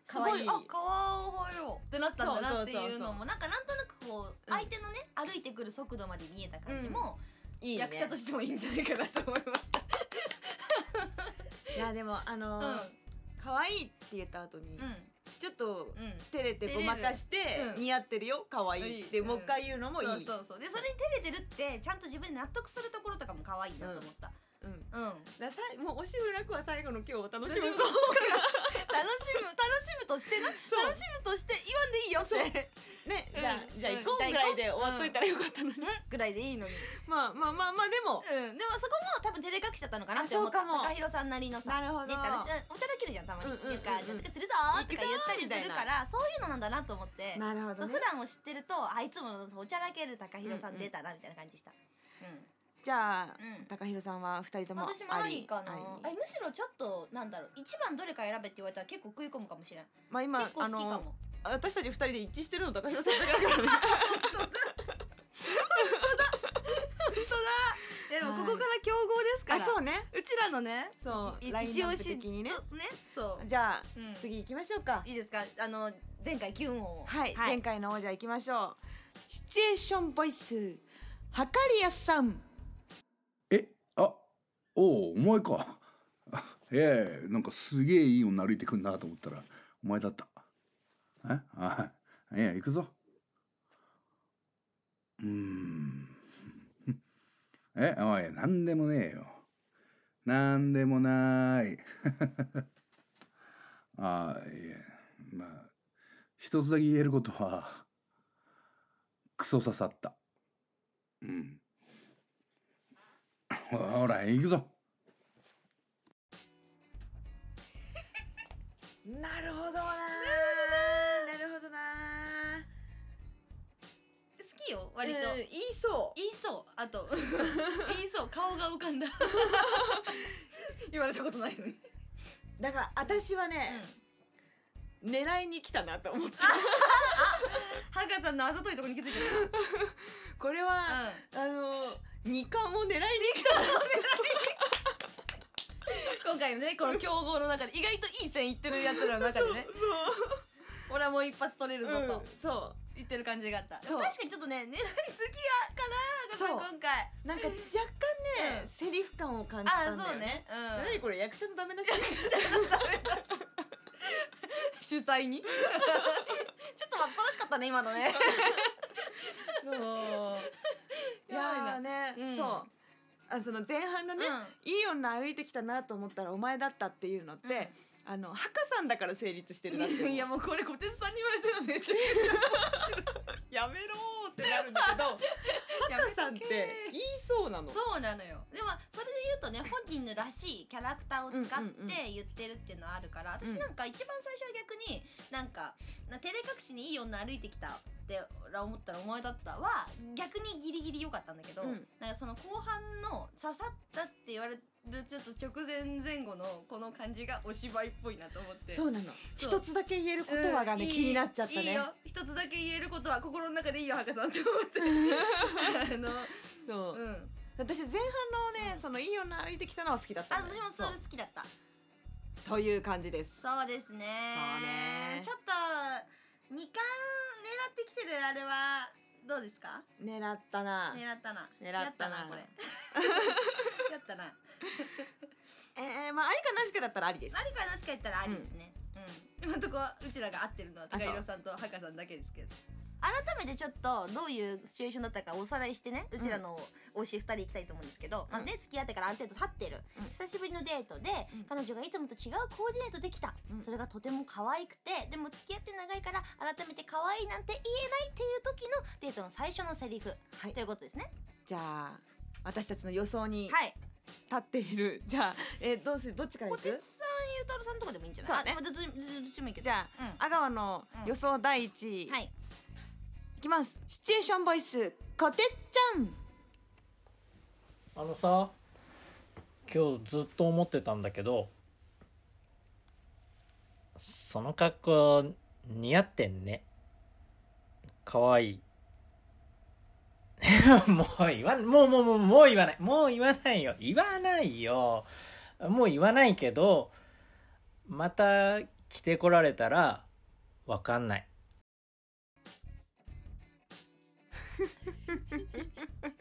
Speaker 2: すごい
Speaker 1: そう可
Speaker 2: あ
Speaker 1: 愛い
Speaker 2: 顔おはようってなったんだなって
Speaker 1: そう
Speaker 2: いう
Speaker 1: そうそうそ
Speaker 2: の
Speaker 1: う
Speaker 2: もなんかなんとなくこう
Speaker 1: うん
Speaker 2: 相手のね歩いてくる速度まで見えた感じも
Speaker 1: いいね
Speaker 2: 役者としてもいいんじゃないかなと思いました。
Speaker 1: いやでもあの
Speaker 2: うん
Speaker 1: ー可愛、いって言った後に、
Speaker 2: う
Speaker 1: ちょっと
Speaker 2: んうん
Speaker 1: 照れてごまかして
Speaker 2: れるうん
Speaker 1: 似合ってるよ可愛い
Speaker 2: いい
Speaker 1: って、
Speaker 2: うん
Speaker 1: もう一回言うのもいい、
Speaker 2: そうそうそうでそれに照れてるってちゃんと自分で納得するところとかも可愛いなと思った
Speaker 1: うん、だか
Speaker 2: うん、
Speaker 1: らさいもうおしむらくは最後の今日を楽し
Speaker 2: 楽し
Speaker 1: むぞ
Speaker 2: む楽しむ楽しむとしてな
Speaker 1: そう
Speaker 2: 楽しむとして言わんでいいよって
Speaker 1: ね、
Speaker 2: うん
Speaker 1: じ
Speaker 2: う
Speaker 1: ゃあ、じゃあ
Speaker 2: ん
Speaker 1: 行こ
Speaker 2: じゃあ行こう
Speaker 1: うぐらいで終わっといたらよかったの
Speaker 2: う
Speaker 1: に、
Speaker 2: んぐらいでいいのに
Speaker 1: まあまあまあまあでも、
Speaker 2: うんでもそこも多分照れ隠しちゃったのかなって思った
Speaker 1: あそうかも
Speaker 2: 高弘さんなりのさ
Speaker 1: なるほど
Speaker 2: ね楽しうんお茶できるじゃんたまに、
Speaker 1: うんうんうんうん
Speaker 2: なんかなんとかするぞーとか言ったり
Speaker 1: 行くぞーみたい
Speaker 2: す
Speaker 1: な
Speaker 2: るからそういうのなんだなと思って、
Speaker 1: なるほ
Speaker 2: そう
Speaker 1: どね
Speaker 2: 普段を知ってるとあいつものお茶だける高弘さん出たなみたいな感じした
Speaker 1: じゃあ、
Speaker 2: うん、うん
Speaker 1: 高弘さんは二人とも
Speaker 2: 私もありかな
Speaker 1: あ
Speaker 2: え
Speaker 1: り
Speaker 2: むしろちょっとなんだろう一番どれか選べって言われたら結構食い込むかもしれん
Speaker 1: まあ今
Speaker 2: 結構好きか
Speaker 1: あの
Speaker 2: も
Speaker 1: 私たち二人で一致してるの高弘さんだけだからね
Speaker 2: 本当だでも
Speaker 1: はい
Speaker 2: ここから競合ですか
Speaker 1: あ
Speaker 2: ら
Speaker 1: そうね
Speaker 2: うちらのね
Speaker 1: そう
Speaker 2: い
Speaker 1: ライン
Speaker 2: 一
Speaker 1: ナ
Speaker 2: 押
Speaker 1: ップ
Speaker 2: し
Speaker 1: 的にね
Speaker 2: うねそう
Speaker 1: じゃあ、
Speaker 2: うん
Speaker 1: 次行きましょうか
Speaker 2: いいですかあの前回キュンを
Speaker 1: はい、前回の王者行きましょうシチュエーションボイスはかりやさん
Speaker 8: えあおおお前か (laughs) あええなんかすげえいい女歩いてくんなと思ったらお前だったえあいや行くぞうーん (laughs) えおいなんでもねえよなんでもない (laughs) あいえまあ一つだけ言えることはクソ刺さったうんほら行くぞ
Speaker 1: なるほどななるほどな
Speaker 2: 好きよ割と、
Speaker 1: うん言いそう
Speaker 2: 言いそうあ (laughs) と言いそう顔が浮かんだ (laughs) 言われたことないのに、
Speaker 1: だから私は
Speaker 2: うん
Speaker 1: ね、、狙いに来たなと思って
Speaker 2: ハガさんのあざといとこに気づいてる、
Speaker 1: これ
Speaker 2: う
Speaker 1: は、
Speaker 2: ん
Speaker 1: あの二冠を狙いに来た
Speaker 2: 今回のねこの競合の中で意外といい線いってるやつらの中でね俺はもう一発取れるぞ
Speaker 1: そう、
Speaker 2: と
Speaker 1: うん、そ
Speaker 2: 言ってる感じがあった、
Speaker 1: そう
Speaker 2: 確かにちょっとね狙い好きやかなハガさん今回
Speaker 1: うなんか若干ね、
Speaker 2: うん
Speaker 1: セリフ感を感じた
Speaker 2: あ
Speaker 1: ん
Speaker 2: あ
Speaker 1: だ
Speaker 2: そ
Speaker 1: よ
Speaker 2: う
Speaker 1: ね
Speaker 2: ねうん
Speaker 1: 何これ役者のダメなし
Speaker 2: (laughs) 主催に (laughs) ちょっと待ったらしかったね今のね (laughs)
Speaker 1: そうい
Speaker 2: やばいな
Speaker 1: やーね、
Speaker 2: うん
Speaker 1: そうあその前半のね、いい女歩いてきたなと思ったらお前だったっていうのって、あのハカさんだから成立してるなって思う
Speaker 2: いやもうこれ小鉄さんに言われてるのめっちゃ
Speaker 1: (laughs) やめろーってなるんだ
Speaker 2: (laughs)
Speaker 1: けど
Speaker 2: や
Speaker 1: ハカさんっ
Speaker 2: め
Speaker 1: て
Speaker 2: とけ
Speaker 1: 言いそうなの
Speaker 2: そうなのよでもそれで言うとね本人のらしいキャラクターを使っ
Speaker 1: うんうんうん
Speaker 2: て言ってるっていうのはあるから
Speaker 1: う
Speaker 2: 私
Speaker 1: ん
Speaker 2: なんか一番最初は逆になんかな照れ隠しにいい女歩いてきたって思ったらお前だったは逆にギリギリ良かったんだけど、
Speaker 1: うん
Speaker 2: なんかその後半の刺さったって言われるちょっと直前前後のこの感じがお芝居っぽいなと思って。
Speaker 1: そうなの
Speaker 2: そう
Speaker 1: 一つだけ言えることはがね、
Speaker 2: うんいい
Speaker 1: 気になっちゃったね
Speaker 2: いいよ一つだけ言えることは心の中でいいよ博士さんって思って (laughs) あの
Speaker 1: そう、
Speaker 2: うん
Speaker 1: 私前半のねそのいい女歩いてきたのは好きだっ
Speaker 2: あ
Speaker 1: たのよ
Speaker 2: 私もそれ
Speaker 1: そう
Speaker 2: 好きだった
Speaker 1: という感じです
Speaker 2: そうですね
Speaker 1: そうね
Speaker 2: ちょっと二冠狙ってきてるあれはどうですか
Speaker 1: 狙ったな
Speaker 2: 狙ったな
Speaker 1: 狙ったな
Speaker 2: やこれ (laughs) やったな
Speaker 1: えー、まあありかなしかだったらありです
Speaker 2: 何かなしか言ったらありですね、うん今のとこうちらが合ってるのは
Speaker 1: あそう
Speaker 2: 高弘さんとハカさんだけですけど改めてちょっとどういうシチュエーションだったかおさらいしてねうちらの推し2人行きたいと思うんですけど、まあね、付き合ってからある程度経ってる、
Speaker 1: うん
Speaker 2: 久しぶりのデートで、
Speaker 1: うん
Speaker 2: 彼女がいつもと違うコーディネートできた、
Speaker 1: うん
Speaker 2: それがとても可愛くてでも付き合って長いから改めて可愛いなんて言えないっていう時のデートの最初のセリフ、
Speaker 1: はい
Speaker 2: ということですね。
Speaker 1: じゃあ私たちの予想に立
Speaker 2: はい、
Speaker 1: っている、 (laughs) じゃあ、えー、どうするどっちからい
Speaker 2: 小
Speaker 1: く
Speaker 2: 鉄さんゆうたろうさんとかでもいいんじゃない
Speaker 1: そうね
Speaker 2: あでもどっちどっちどっちもいいけど
Speaker 1: じゃ
Speaker 2: あ、うん
Speaker 1: 阿川の予想第一位、、
Speaker 2: はいい
Speaker 1: きますシチュエーションボイスこてっちゃん
Speaker 9: あのさ今日ずっと思ってたんだけどその格好似合ってんねかわい (laughs) いもう言わんもうもうもうもう言わないもう言わないよ言わないよもう言わないけどまた来てこられたらわか
Speaker 1: (laughs)
Speaker 9: んない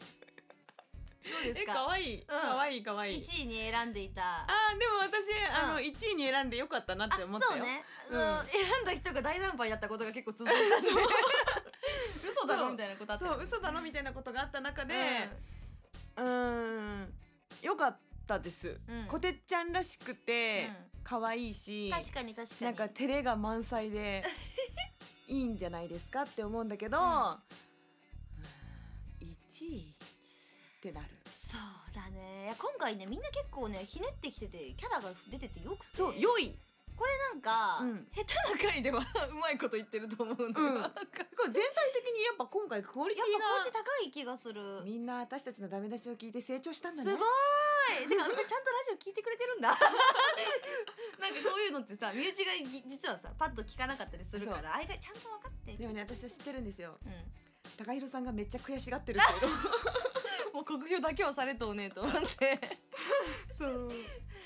Speaker 2: どうです
Speaker 1: え
Speaker 2: か
Speaker 1: 可愛い可愛い可愛い
Speaker 2: 1位に選んでいた
Speaker 1: あーでも私、
Speaker 2: うん
Speaker 1: あの一位に選んでよかったなって思った
Speaker 2: そう
Speaker 1: よ
Speaker 2: ね、
Speaker 1: うん
Speaker 2: あの選んだ人が大惨敗だったことが結構続
Speaker 1: (laughs)
Speaker 2: いてたね嘘だろみたいなことあったよ
Speaker 1: そう嘘だろみたいなことがあった中で
Speaker 2: ね
Speaker 1: うーんよかったです、
Speaker 2: うんうん
Speaker 1: こてっちゃんらしくて
Speaker 2: う
Speaker 1: 可愛、いし
Speaker 2: ん確かに確かに
Speaker 1: なんか照れが満載
Speaker 2: (laughs)
Speaker 1: でいいんじゃないですかって思うんだけど、
Speaker 2: うん
Speaker 1: 1位ってなる
Speaker 2: そうだねいや今回ねみんな結構ねひねってきててキャラが出ててよくて
Speaker 1: そう良い
Speaker 2: これなんか、
Speaker 1: うん
Speaker 2: 下手な回ではうまいこと言ってると思うんだ
Speaker 1: う
Speaker 2: よ、
Speaker 1: ん
Speaker 2: なんか
Speaker 1: これ全体的にやっぱ今回クオリテ
Speaker 2: やっぱこれって
Speaker 1: ィ
Speaker 2: 高い気がする
Speaker 1: がみんな私たちのダメ出しを聞いて成長したんだ
Speaker 2: す
Speaker 1: ね
Speaker 2: ごーいてかみんなちゃんとラジオ聞いてくれて
Speaker 1: (laughs)
Speaker 2: るんだなんかこういうのってさ身内がぎ実はさパッと聞かなかったりするからあれがちゃんと分かって
Speaker 1: でもね私は知ってるんですよ
Speaker 2: うん
Speaker 1: 高弘さんがめっちゃ悔しがってるけど
Speaker 2: (laughs) もう酷評だけはされとうねえと思って
Speaker 1: (laughs) そう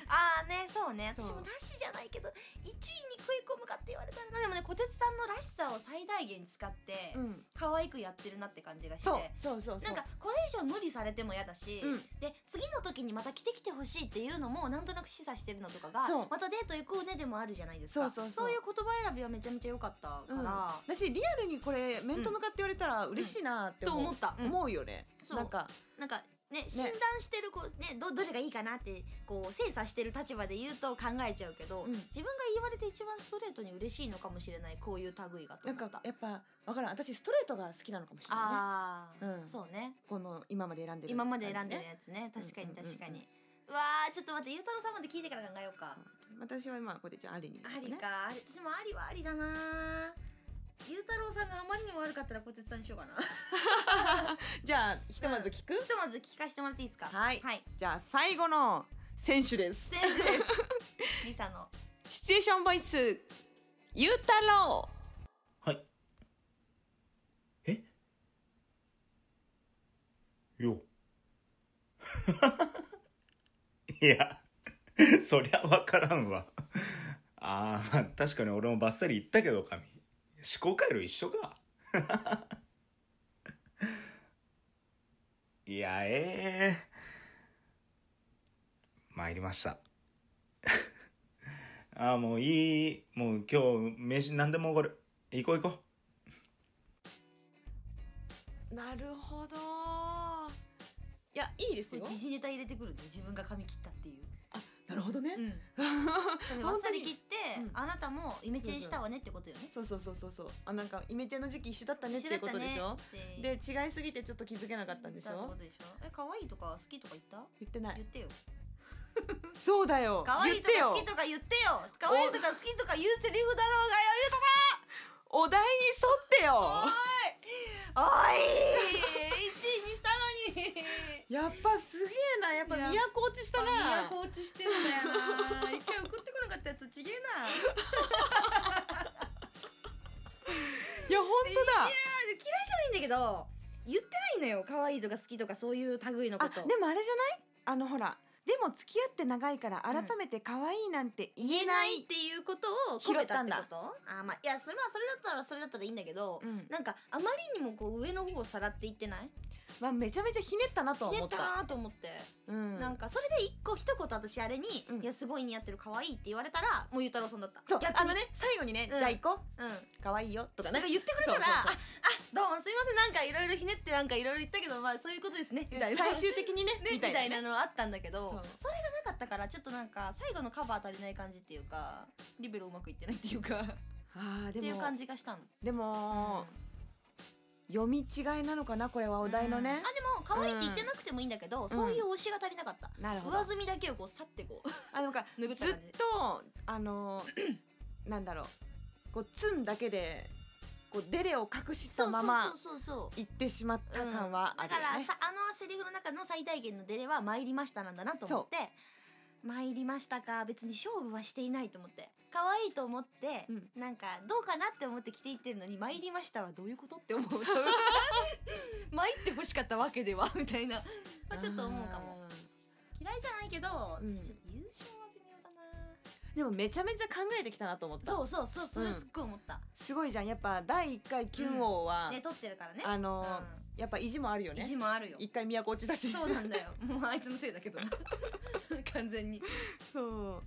Speaker 2: ああねそうね私
Speaker 1: そう
Speaker 2: もなしじゃないけど1位に食い込むかって言われたらなでもね小鉄さんのらしさを最大限使って、
Speaker 1: うん
Speaker 2: 可愛くやってるなって感じがして
Speaker 1: そうそうそうそう
Speaker 2: なんかこれ以上無理されても嫌だし、
Speaker 1: うん
Speaker 2: で次の時にまた来てきてほしいっていうのもなんとなく示唆してるのとかが
Speaker 1: そう
Speaker 2: またデート行こうねでもあるじゃないですか
Speaker 1: そうそうそう
Speaker 2: いう言葉選びはめちゃめちゃ良かったから、
Speaker 1: だしリアルにこれ面と向かって言われたら嬉しいなって
Speaker 2: と
Speaker 1: 思う,、
Speaker 2: 思った、うん
Speaker 1: 思うよね
Speaker 2: そう
Speaker 1: なんか
Speaker 2: なんかね診断してるこうねどどれがいいかなってこう精査してる立場で言うと考えちゃうけど、
Speaker 1: うん
Speaker 2: 自分が言われて一番ストレートに嬉しいのかもしれないこういう類がと
Speaker 1: な
Speaker 2: 思っ
Speaker 1: ん
Speaker 2: た
Speaker 1: かやっぱわからん私ストレートが好きなのかもしれないね
Speaker 2: ああ、
Speaker 1: うん
Speaker 2: そうね
Speaker 1: この今まで選んでる
Speaker 2: 今まで選んでる
Speaker 1: ね
Speaker 2: やつね確かに
Speaker 1: うんうんうんうん
Speaker 2: 確かに、うわーちょっと待ってゆうたろうさんまで聞いてから考えようか、
Speaker 1: 私はまあこてちゃんありに
Speaker 2: ありかあり私もありはありだなゆうたろうさんがあまりにも悪かったらこてつさんにしようかなひ
Speaker 1: じゃあひとまず聞く、
Speaker 2: とまず聞かせてもらっていいですか
Speaker 1: はい (laughs)
Speaker 2: はい
Speaker 1: じゃあ最後の選手です
Speaker 2: 選手ですリサの
Speaker 1: シチュエーションボイスゆうたろう
Speaker 9: はい。えよ。
Speaker 7: いや、 (laughs) そりゃわからんわ。あーまあ、確かに俺もバッサリ言ったけど、神。思考回路一緒か。 (laughs) いや、ええ参りました。 (laughs) あーもういい。もう今日、飯何でもおごる。行こう行こ
Speaker 1: なるほどいやいいですよ
Speaker 2: 時事ネタ入れてくるね自分が髪切ったっていう
Speaker 1: なるほどね、
Speaker 2: うん、バッ
Speaker 1: 本
Speaker 2: サ
Speaker 1: 当
Speaker 2: リ
Speaker 1: に
Speaker 2: 切って、
Speaker 1: うん
Speaker 2: あなたもイメチェンしたわねってことよね。
Speaker 1: (laughs) そうそうそうそうそうあなんかイメチェンの時期一緒だったねって
Speaker 2: 一緒
Speaker 1: い
Speaker 2: だ
Speaker 1: うことでしょ、
Speaker 2: たねって
Speaker 1: で違いすぎてちょっと気づけなかったんでし
Speaker 2: だってこ
Speaker 1: ょ
Speaker 2: とでしょえ可愛いとか好きとか言った？
Speaker 1: 言ってない
Speaker 2: 言ってよ。
Speaker 1: そうだよ
Speaker 2: 可愛いと
Speaker 1: 言
Speaker 2: か
Speaker 1: っ
Speaker 2: 好
Speaker 1: て
Speaker 2: き
Speaker 1: よ
Speaker 2: とか言ってよ。可愛いとか好きとか言うセリフだろうが
Speaker 1: お題に沿ってよ
Speaker 2: よ言うたら。おい、一位にしたのに。
Speaker 1: やっぱすげえなやっぱ
Speaker 2: いや
Speaker 1: 都落ちしたな
Speaker 2: コーチしてんだよな。一回送ってこなかったやつちげえな。
Speaker 1: い
Speaker 2: 嫌
Speaker 1: や本当
Speaker 2: いじゃないんだけど、言ってないのよ。可愛いとか好きとかそういう類のこ
Speaker 1: だ
Speaker 2: と。
Speaker 1: あでもあれじゃないあのほらデでも付き合って長いから改めて可愛いなんて言
Speaker 2: 言え
Speaker 1: え
Speaker 2: な
Speaker 1: ない
Speaker 2: っ
Speaker 1: い、
Speaker 2: ていうことを込めたって
Speaker 1: 拾
Speaker 2: こ
Speaker 1: ったん
Speaker 2: とあーまあいやそれまあそれだったらそれだったらいいんだけど、
Speaker 1: うん
Speaker 2: なんかあまりにもこう上の方をさらっていってない
Speaker 1: まあ、めちゃめちゃひねったなとは
Speaker 2: ひね
Speaker 1: 思
Speaker 2: っ
Speaker 1: ったた
Speaker 2: なーと思って、
Speaker 1: うん、
Speaker 2: なんかそれで一個一言私あれに「
Speaker 1: うん
Speaker 2: いやすごい似合ってる可愛いって言われたらもうゆうたろうさんだった
Speaker 1: そう
Speaker 2: 逆に
Speaker 1: あのね最後にね、
Speaker 2: うん
Speaker 1: じゃあ行こう
Speaker 2: うん
Speaker 1: 可愛いよとか
Speaker 2: なんか言ってくれたら
Speaker 1: そうそうそう
Speaker 2: ああどうもすいませんなんかいろいろひねってなんかいろいろ言ったけどまあそういうことですねみたいな
Speaker 1: 最終的にね
Speaker 2: (laughs) ね、み
Speaker 1: みた
Speaker 2: た
Speaker 1: いなね
Speaker 2: いなのあったんだけど
Speaker 1: そう
Speaker 2: それがなかったからちょっとなんか最後のカバー足りない感じっていうかリベロうまくいってないっていうかっ
Speaker 1: あー
Speaker 2: て
Speaker 1: で
Speaker 2: いう
Speaker 1: も
Speaker 2: 感じがしたの。
Speaker 1: でも、読み違いなのかなこれはお題の
Speaker 2: うんあ
Speaker 1: ね、
Speaker 2: でも可愛いって言ってなくてもいいんだけど、そういう推しが足りなかった、
Speaker 1: なるほど
Speaker 2: 上積みだけをこうさってこ
Speaker 1: (laughs)
Speaker 2: う
Speaker 1: あなんか
Speaker 2: 拭った
Speaker 1: ずっ
Speaker 2: 感じ
Speaker 1: と
Speaker 2: (clears throat)
Speaker 1: あのなんだろうこうツンだけでこうデレを隠したまま
Speaker 2: そうそうそうそう
Speaker 1: 行ってしまった感はあ
Speaker 2: だ
Speaker 1: る
Speaker 2: か
Speaker 1: よ
Speaker 2: ら
Speaker 1: ね、
Speaker 2: さあのセリフの中の最大限のデレは「参りました」なんだなと思って「参りましたか」別に勝負はしていないと思って可愛いと思って、
Speaker 1: うん
Speaker 2: なんかどうかなって思って着ていってるのに「参りました」はどういうことって
Speaker 1: (laughs)
Speaker 2: 思う多分参ってほしかったわけではみたいな、まあ、ちょっと思うかも
Speaker 1: あ
Speaker 2: 嫌いじゃないけど、
Speaker 1: うん
Speaker 2: ちょっと優勝は微妙だな
Speaker 1: ーでもめちゃめちゃ考えてきたなと思った
Speaker 2: そうそうそうそれ
Speaker 1: うん
Speaker 2: すっごい思った、
Speaker 1: すごいじゃんやっぱ第1回キュン王は、
Speaker 2: ね撮ってるからね
Speaker 1: あのー
Speaker 2: うん
Speaker 1: やっぱ意地もあるよ
Speaker 2: 意
Speaker 1: ね
Speaker 2: 地もあるよ
Speaker 1: 一回都落ちだし
Speaker 2: そうなんだよもうあいつのせいだけど
Speaker 1: (laughs)
Speaker 2: 完全に
Speaker 1: そう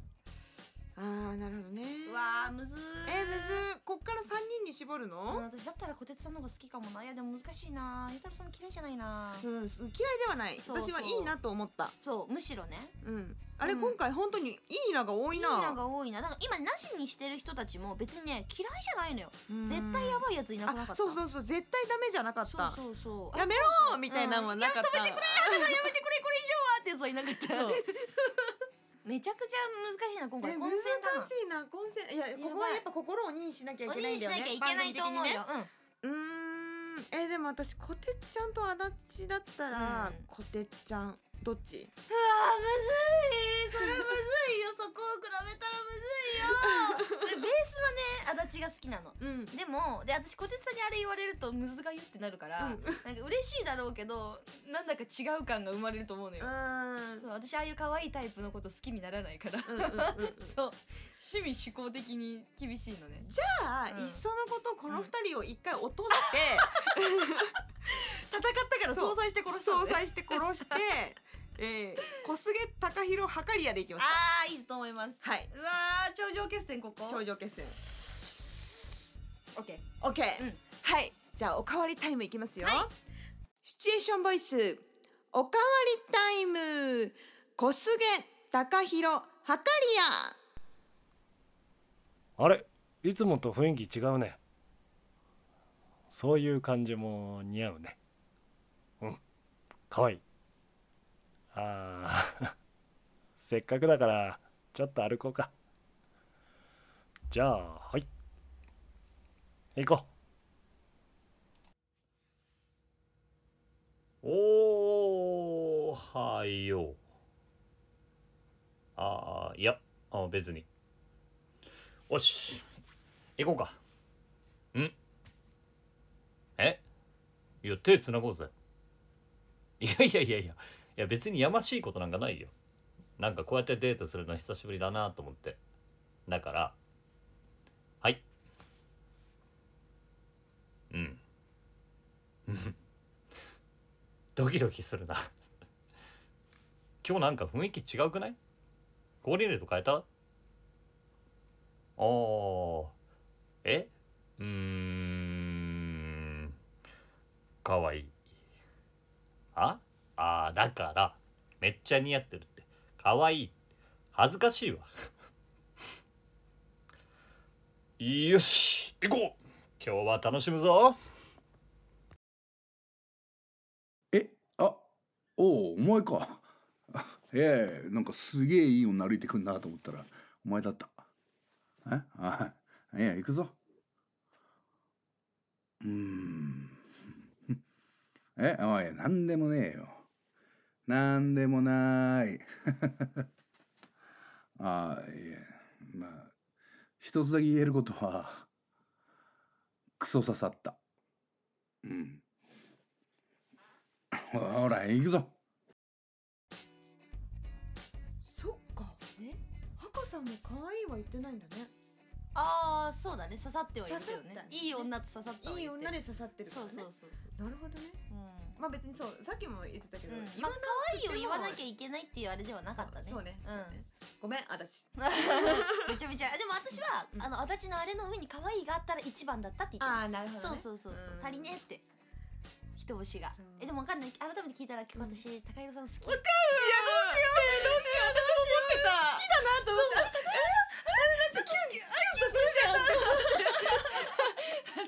Speaker 1: あーなるほどね
Speaker 2: うわーむずー
Speaker 1: えむずこっから三人に絞る
Speaker 2: うん
Speaker 1: の
Speaker 2: 私だったら小鉄さんの方が好きかもないやでも難しいなゆうたろうさんも嫌いじゃないな
Speaker 1: うんす嫌いではない
Speaker 2: そうそう
Speaker 1: 私はいいなと思った
Speaker 2: そうむしろね
Speaker 1: うんあれ、
Speaker 2: うん
Speaker 1: 今回本当にいいなが多
Speaker 2: い
Speaker 1: い
Speaker 2: い
Speaker 1: な
Speaker 2: なが多いなだから今なしにしてる人たちも別にね嫌いじゃないのよ
Speaker 1: うん
Speaker 2: 絶対やばいやついなくなかった
Speaker 1: あそうそうそう絶対ダメじゃなかった
Speaker 2: そうそうそう
Speaker 1: や
Speaker 2: め
Speaker 1: めろーみたいなのはなかった、
Speaker 2: うんいや止めてくやめてこれこれ以上はってやつはいなかった (laughs) めちゃくちゃ難しいな今
Speaker 1: え
Speaker 2: 回
Speaker 1: 難
Speaker 2: 混
Speaker 1: し
Speaker 2: 戦だない
Speaker 1: な混戦いや
Speaker 2: ばい
Speaker 1: ここはやっぱ心を認しなきゃいけない
Speaker 2: 鬼
Speaker 1: ん
Speaker 2: に
Speaker 1: だ
Speaker 2: し
Speaker 1: よ
Speaker 2: な
Speaker 1: ね
Speaker 2: きゃいけないと思うよ、
Speaker 1: 番組的にね
Speaker 2: うん
Speaker 1: うーんえでも私こてっちゃんとあだちだったら、
Speaker 2: うん
Speaker 1: こてっちゃんどっち
Speaker 2: うわーむずいそれむずいよそこを比べたらむずいよで
Speaker 1: (laughs)
Speaker 2: ベースはね足立が好きなの
Speaker 1: うん
Speaker 2: でもで私小鉄さんにあれ言われるとむずがゆってなるから、
Speaker 1: うん
Speaker 2: なんか嬉しいだろうけどなんだか違う感が生まれると思うのよ、
Speaker 1: うん
Speaker 2: そう私ああいう可愛いタイプのこと好きにならないから、
Speaker 1: うんうん (laughs) うんうん
Speaker 2: そう趣味嗜好的に厳しいのね
Speaker 1: じゃあ、
Speaker 2: うん
Speaker 1: いっそのことこの二人を一回落として、
Speaker 2: 戦ったから
Speaker 1: そう
Speaker 2: 相殺して殺したの
Speaker 1: 相
Speaker 2: ね
Speaker 1: 殺して殺して、 (laughs) えー、小菅高弘はかりやでいきますか
Speaker 2: ああいいと思います
Speaker 1: はいう
Speaker 2: わー頂上決戦ここ
Speaker 1: 頂上決戦
Speaker 2: オッケー
Speaker 1: OK、
Speaker 2: うん
Speaker 1: はいじゃあおかわりタイムいきますよ、
Speaker 2: は
Speaker 1: シチュエーションボイスおかわりタイム小菅高弘はか
Speaker 5: あれいつもと雰囲気違うねそういう感じも似合うねうんかわいいあー (laughs) せっかくだからちょっと歩こうかじゃあはい行こ
Speaker 7: おはよう。あーいや、あ別に。おし、行こうか。んえいや、手繋ごうぜ。いやいやいやいや、いや別にやましいことなんかないよ。なんかこうやってデートするの久しぶりだなと思って。だから、はい。うん。ドキドキするな今日なんか雰囲気違うくないコーディネート変えたあーえうーんかわいいああーだからめっちゃ似合ってるってかわいい恥ずかしいわよし行こう今日は楽しむぞ
Speaker 8: えあおうお前か (laughs) ええなんかすげえいい女歩いてくんなと思ったらお前だったえあいや行くぞうーん (laughs) えおいなんでもねえよなんでもなーい (laughs) ああいえまあ一つだけ言えることはクソ刺さったうんほら行くぞ
Speaker 1: さんも可愛いは言ってないんだね
Speaker 2: ああそうだね刺さってはいるけど
Speaker 1: 刺
Speaker 2: ね
Speaker 1: さったね
Speaker 2: いい女と刺さったはい
Speaker 1: い
Speaker 2: 言って
Speaker 1: 女で刺さってるか
Speaker 2: そ
Speaker 1: ら
Speaker 2: う
Speaker 1: ね
Speaker 2: そうそうそう
Speaker 1: なるほどね
Speaker 2: うん
Speaker 1: まあ別にそうさっきも言ってたけど、
Speaker 2: うんま
Speaker 1: 言わ
Speaker 2: あ
Speaker 1: な
Speaker 2: 可愛いを言わなき
Speaker 1: ゃ
Speaker 2: ゃいけないっていうあれではなかったね
Speaker 1: そうそうね,、
Speaker 2: う
Speaker 1: そ
Speaker 2: ん
Speaker 1: うねごめん私
Speaker 2: (laughs) めちゃめち (laughs) ゃでも私は
Speaker 1: うん
Speaker 2: あの足立のあれの上に可愛いがあったら一番だったって言ってる
Speaker 1: ああなるほど、ね、
Speaker 2: そうそうそうそう
Speaker 1: うん
Speaker 2: 足りねえって人星が
Speaker 1: そう
Speaker 2: えでも分かんない改めて聞いたら結構私高弘さん好きだなと思ってあれ高弘さんあれだってキュンキ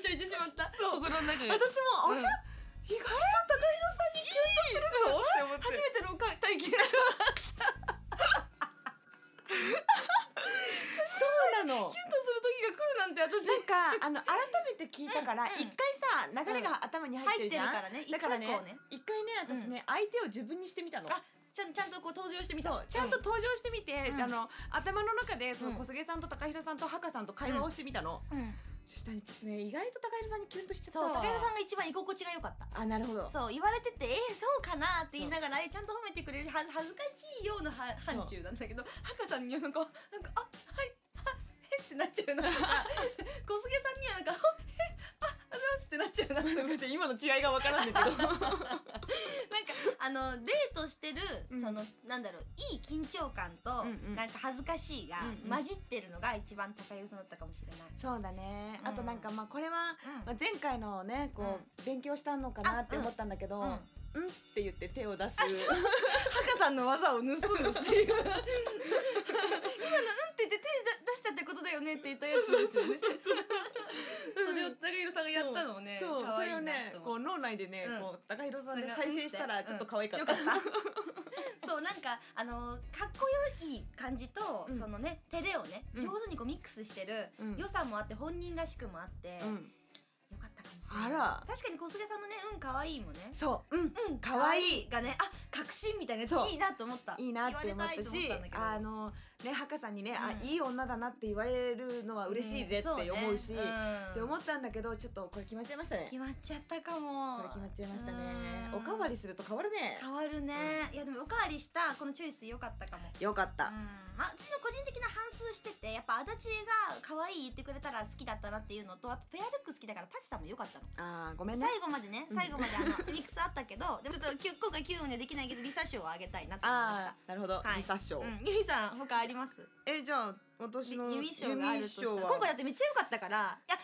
Speaker 2: ュンは
Speaker 1: キュンとするじゃん
Speaker 2: しゃいでしまった
Speaker 1: そう
Speaker 2: 心の中で
Speaker 1: 私も、
Speaker 2: (laughs)
Speaker 1: あれ
Speaker 2: うん
Speaker 1: 意外と高弘さんにキュンとするぞって
Speaker 2: 初
Speaker 1: 思って
Speaker 2: めての体験
Speaker 1: そうなの
Speaker 2: キュンとする時が来るなんて私
Speaker 1: なんかあの改めて聞いたから
Speaker 2: うんうん
Speaker 1: 一、回さ流れが頭に入ってるじゃん、
Speaker 2: 入ってるからね
Speaker 1: だ
Speaker 2: 一個一
Speaker 1: からね
Speaker 2: 個をね
Speaker 1: 一回ね私ね、相手を自分にしてみたの
Speaker 2: あちゃんちゃんとこう登場してみた
Speaker 1: そうちゃんと登場してみて、
Speaker 2: うん
Speaker 1: あの頭の中でその
Speaker 2: うん
Speaker 1: 小菅さんと高弘さんとハカさんと会話をしてみたの、
Speaker 2: うんうん
Speaker 1: そしたらねちょっとね意外と高弘さんにキュンとしちゃった
Speaker 2: そう
Speaker 1: わ
Speaker 2: 高弘さんが一番居心地が良かった
Speaker 1: あなるほど
Speaker 2: そう言われててえー、そうかなって言いながらえーちゃんと褒めてくれるは恥ずかしいようなは範疇なんだけどハカさんにはなんかなんかあはいあえってなっち
Speaker 1: (laughs)
Speaker 2: ゃうなとか小菅さんにはなんかあえああざますってなっちゃうなとか
Speaker 1: だって今の違いがわからんだけど
Speaker 2: なんかあの例としてる、
Speaker 1: うん
Speaker 2: そのなんだろういい緊張感と、
Speaker 1: うんうん
Speaker 2: なんか恥ずかしいが、
Speaker 1: うんうん
Speaker 2: 混じってるのが一番高井さんだったかもしれない。
Speaker 1: そうだね
Speaker 2: うん
Speaker 1: あとなんかまあこれは、
Speaker 2: う
Speaker 1: まあ、前回のねこう、勉強したのかなって思ったんだけど、
Speaker 2: う
Speaker 1: うんん
Speaker 2: うん
Speaker 1: って言って手を出す
Speaker 2: 赤さんの技を盗むっていう今の「うん」って言って手だ出したってことだよねって言ったやつ (laughs) ですよねそれを高弘さんがやったのをね
Speaker 1: そう
Speaker 2: 可
Speaker 1: そ
Speaker 2: 愛
Speaker 1: れを
Speaker 2: いな
Speaker 1: ね
Speaker 2: と思
Speaker 1: こ
Speaker 2: って
Speaker 1: う脳内でね、
Speaker 2: うん
Speaker 1: こう高弘さん
Speaker 2: な
Speaker 1: で
Speaker 2: んか
Speaker 1: 再生した
Speaker 2: う
Speaker 1: ら
Speaker 2: ん
Speaker 1: ちょっと可愛かった,、
Speaker 2: よ (laughs) そうなんかあのーかっこよい感じと、
Speaker 1: うん
Speaker 2: そのね照れをね
Speaker 1: うん
Speaker 2: 上手にこうミックスしてる、
Speaker 1: うん
Speaker 2: 良さもあって本人らしくもあって、
Speaker 1: う
Speaker 2: よ
Speaker 1: ん、
Speaker 2: かったかもしれない
Speaker 1: あら
Speaker 2: 確かに小菅さんのね「うん可愛いもね
Speaker 1: そううん
Speaker 2: 「うん
Speaker 1: 可愛い
Speaker 2: がねあ確信みたいなやつ
Speaker 1: そう
Speaker 2: いいなと思った
Speaker 1: いいなって思ったし
Speaker 2: 言われたいと思ったんだけど
Speaker 1: あのねハカさんにね、
Speaker 2: うん
Speaker 1: あいい女だなって言われるのは嬉しいぜって
Speaker 2: んそね
Speaker 1: 思うし、
Speaker 2: ん
Speaker 1: って思ったんだけどちょっとこれ決まっちゃいましたね
Speaker 2: 決まっちゃったかも
Speaker 1: これ決まっちゃいましたね
Speaker 2: うん
Speaker 1: おかわりすると変わるね
Speaker 2: 変わるね、いやでもおかわりしたこのチョイス良かったかも
Speaker 1: よかった、
Speaker 2: うんまあ、私の個人的な反数しててやっぱ足立が可愛い言ってくれたら好きだったなっていうのとやっぱペアルック好きだからパチさんも良かったの、
Speaker 1: あーごめんね
Speaker 2: 最後までね
Speaker 1: うん
Speaker 2: 最後まであの (laughs) ミックスあったけどでもちょっときゅ今回9分にはできないけどリサ賞をあげたいなと思い
Speaker 1: ああなるほど、
Speaker 2: はい
Speaker 1: リサ賞、
Speaker 2: ました、うん、ゆみさん他あります
Speaker 1: えじゃあ私の
Speaker 2: ゆみ賞があるとしたら
Speaker 1: ユミ賞は
Speaker 2: 今回だってめっちゃ良かったからいや9を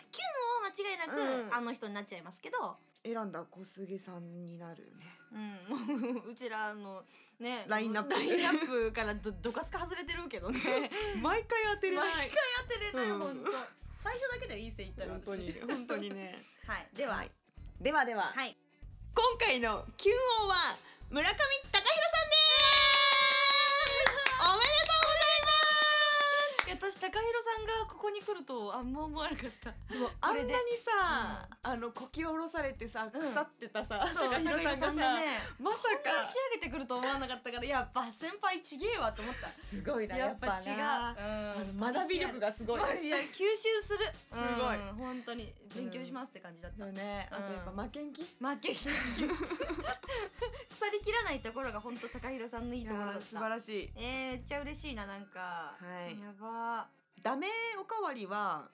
Speaker 2: 間違いなく、
Speaker 1: うん
Speaker 2: あの人になっちゃいますけど
Speaker 1: 選んだ小杉さんになるよね
Speaker 2: うん、 (laughs) もううちらのね
Speaker 1: ラインナップ
Speaker 2: ラインナップからどどかすか外れてるけどね
Speaker 1: 毎回当て
Speaker 2: れない毎当てれない、
Speaker 1: うん
Speaker 2: ほんと最初だけでいい線いったら
Speaker 1: 本
Speaker 2: (laughs)
Speaker 1: 当に
Speaker 2: 私
Speaker 1: 本当にね
Speaker 2: はいでは、
Speaker 1: はい (laughs) ではでは、
Speaker 2: はい
Speaker 1: 今回の Q 王は村上隆弘さんですおめでとうございます
Speaker 2: いや私高弘さんがここに来るとあんま思わなかった
Speaker 1: でもあ
Speaker 2: こ
Speaker 1: んな
Speaker 2: れ
Speaker 1: に
Speaker 2: で
Speaker 1: さ、あのこき下ろされて
Speaker 2: う
Speaker 1: さ
Speaker 2: ん
Speaker 1: 腐ってたさ、
Speaker 2: そう高
Speaker 1: 高
Speaker 2: 弘
Speaker 1: 弘
Speaker 2: さ
Speaker 1: さ
Speaker 2: ん
Speaker 1: ん
Speaker 2: が
Speaker 1: がさ
Speaker 2: ね
Speaker 1: まさ
Speaker 2: こんな
Speaker 1: か
Speaker 2: 仕上げてくると思わなかったからやっぱ先輩ちげえわと思った
Speaker 1: すごいな
Speaker 2: や
Speaker 1: や
Speaker 2: っ
Speaker 1: っ
Speaker 2: ぱ
Speaker 1: ぱ
Speaker 2: 違う
Speaker 1: な
Speaker 2: うん
Speaker 1: あの学び力がすごい
Speaker 2: マジで吸収する
Speaker 1: すごい
Speaker 2: うん本当に勉強しますって感じだった、
Speaker 1: だねあとやっぱ
Speaker 2: うん
Speaker 1: 負けん気、
Speaker 2: 負け腐りきらないところが本当高弘さんのいい
Speaker 1: い
Speaker 2: ところだ
Speaker 1: や
Speaker 2: っ
Speaker 1: ー
Speaker 2: た
Speaker 1: 素晴らしい
Speaker 2: えー、めっちゃ嬉しいななんか、
Speaker 1: はい
Speaker 2: やば
Speaker 1: ダメおかわり (laughs) は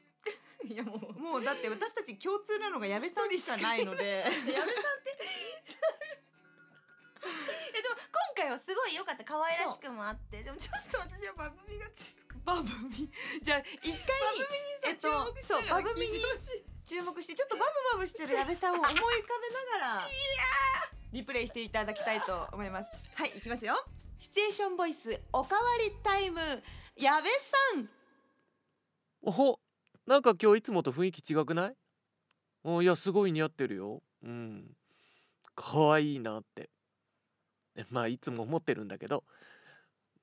Speaker 2: ーいやもう
Speaker 1: もうだって私たち共通なのが矢部さんしかないので
Speaker 2: やめたってえでも今回はすごい良かった可愛らしくもあってでもちょっと私はバブミが強く
Speaker 1: バブミ (laughs) じゃあ一回
Speaker 2: て
Speaker 1: えっとそうバブミに注目してちょっとバブバブしてる矢部さんを思い浮かべながらリプレイしていただきたいと思いますはい行きますよシチュエーションボイスおかわりタイム矢部さん
Speaker 6: おほなんか今日いつもと雰囲気違くないおいやすごい似合ってるようん可愛いなってえまあいつも思ってるんだけど、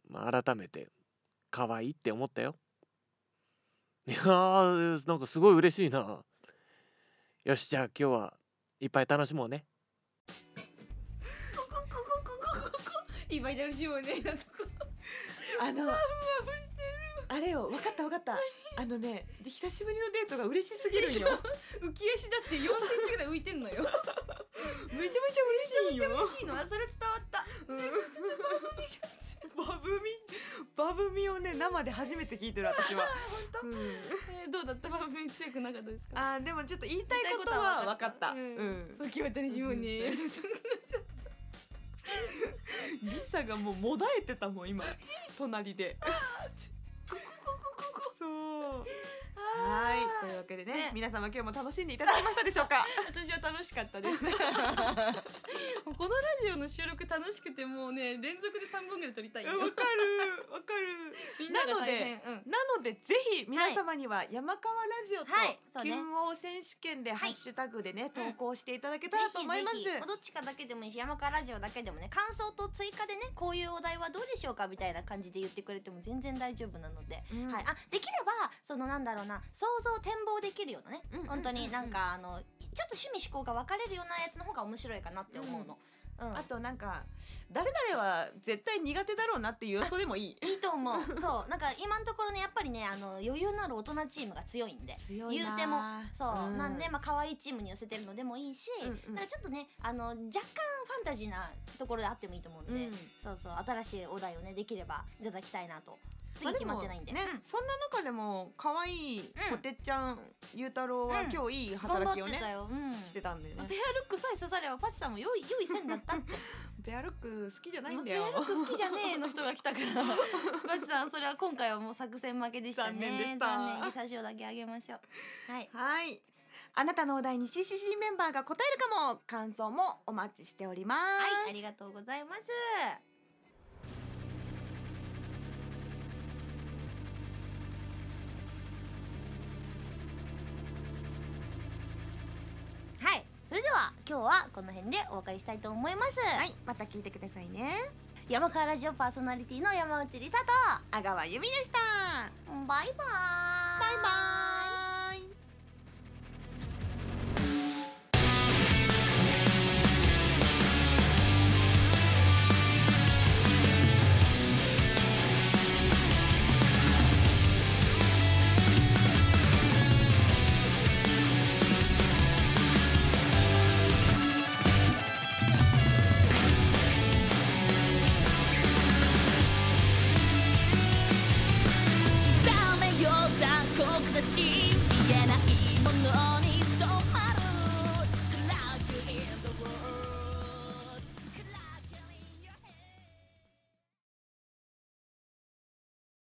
Speaker 6: まあ、改めて可愛いって思ったよいやーなんかすごい嬉しいなよしじゃあ今日はいっぱい楽しもうね
Speaker 2: ここここここここ今やるしもねなとこ
Speaker 1: あの
Speaker 2: バブして
Speaker 1: あれよ分かった分かったあのねで久しぶりのデートが嬉しすぎるんよ
Speaker 2: 浮き足だって4センチぐらい浮いてんのよ
Speaker 1: めちゃめちゃ嬉しいんよ
Speaker 2: 嬉しいのあそれ伝わった
Speaker 1: (laughs) うんバブミバブミをね生で初めて聞いてる私 (laughs) は
Speaker 2: 当
Speaker 1: うん
Speaker 2: えーどうだったかめっちゃ良くなかったですか
Speaker 1: あーでもちょっと言いたいことは分かった
Speaker 2: うん
Speaker 1: うん
Speaker 2: そう決めたね自分に
Speaker 1: リサがもうもだえてたもん (laughs) 今隣でそうはいというわけでね
Speaker 2: ね
Speaker 1: 皆様今日も楽しんでいただけましたでしょう (laughs) か
Speaker 2: 私は楽しかった (laughs) ですもうこのラジオの収録楽しくてもうね連続で3本ぐらい撮りたいよ
Speaker 1: うんわかるわかる
Speaker 2: みんなが大変うん
Speaker 1: なのでぜひ皆様には山川ラジオと
Speaker 2: はいそうね
Speaker 1: 金王選手権でハッシュタグでね、投稿していただけたらと思います。
Speaker 2: ぜひぜひどっちかだけでもいいし山川ラジオだけでもね感想と追加でねこういうお題はどうでしょうかみたいな感じで言ってくれても全然大丈夫なので、
Speaker 1: うん
Speaker 2: はい、あできればそのなんだろうな想像展望できるようなね、
Speaker 1: うんうんうんうん
Speaker 2: 本当になんかあのちょっと趣味思考が分かれるようなやつの方が面白いかなって思うの。うん
Speaker 1: あとなんか誰々は絶対苦手だろうなっていう予想でもいい。
Speaker 2: いいと思う (laughs) そうなんか今のところねやっぱりねあの余裕のある大人チームが強いんで
Speaker 1: 強いな
Speaker 2: 言うてもそう、
Speaker 1: うん
Speaker 2: なんでまあ可愛いチームに寄せてるのでもいいし、
Speaker 1: うんうん
Speaker 2: なんかちょっとねあの若干ファンタジーなところであってもいいと思うんで、
Speaker 1: うん
Speaker 2: そうそう新しいお題をねできればいただきたいなと次
Speaker 1: まあ
Speaker 2: 決まってないんで,、
Speaker 1: もね、そんな中でも可愛い
Speaker 2: うん
Speaker 1: こてっちゃん、ゆうたろうは
Speaker 2: うん
Speaker 1: 今日いい
Speaker 2: うん、頑張
Speaker 1: 働
Speaker 2: っ
Speaker 1: きを
Speaker 2: てた
Speaker 1: ね、
Speaker 2: よ、うん、
Speaker 1: してたんで
Speaker 2: まあ
Speaker 1: ね
Speaker 2: ペ。アルックさえ刺さればパチさんも良い良い線だったって
Speaker 1: ペアルック好きじゃない
Speaker 2: も
Speaker 1: ん
Speaker 2: う
Speaker 1: だ
Speaker 2: ペア
Speaker 1: よ
Speaker 2: ル。ック好きじゃねえの人が来たから
Speaker 1: (laughs)
Speaker 2: パチさんそれは今回はもう作戦負けでしたね
Speaker 1: 残念でした
Speaker 2: 残念リサ賞だけあげましょうはい
Speaker 1: (laughs) はい。あなたのお題に CCC メンバーが答えるかも感想もお待ちしております。
Speaker 2: はい、ありがとうございます。はい、それでは今日はこの辺でお別れしたいと思います。
Speaker 1: はい、また聞いてくださいね。
Speaker 2: 山川ラジオパーソナリティの山内梨沙
Speaker 1: 阿川由美でした。
Speaker 2: と、バイバーイ。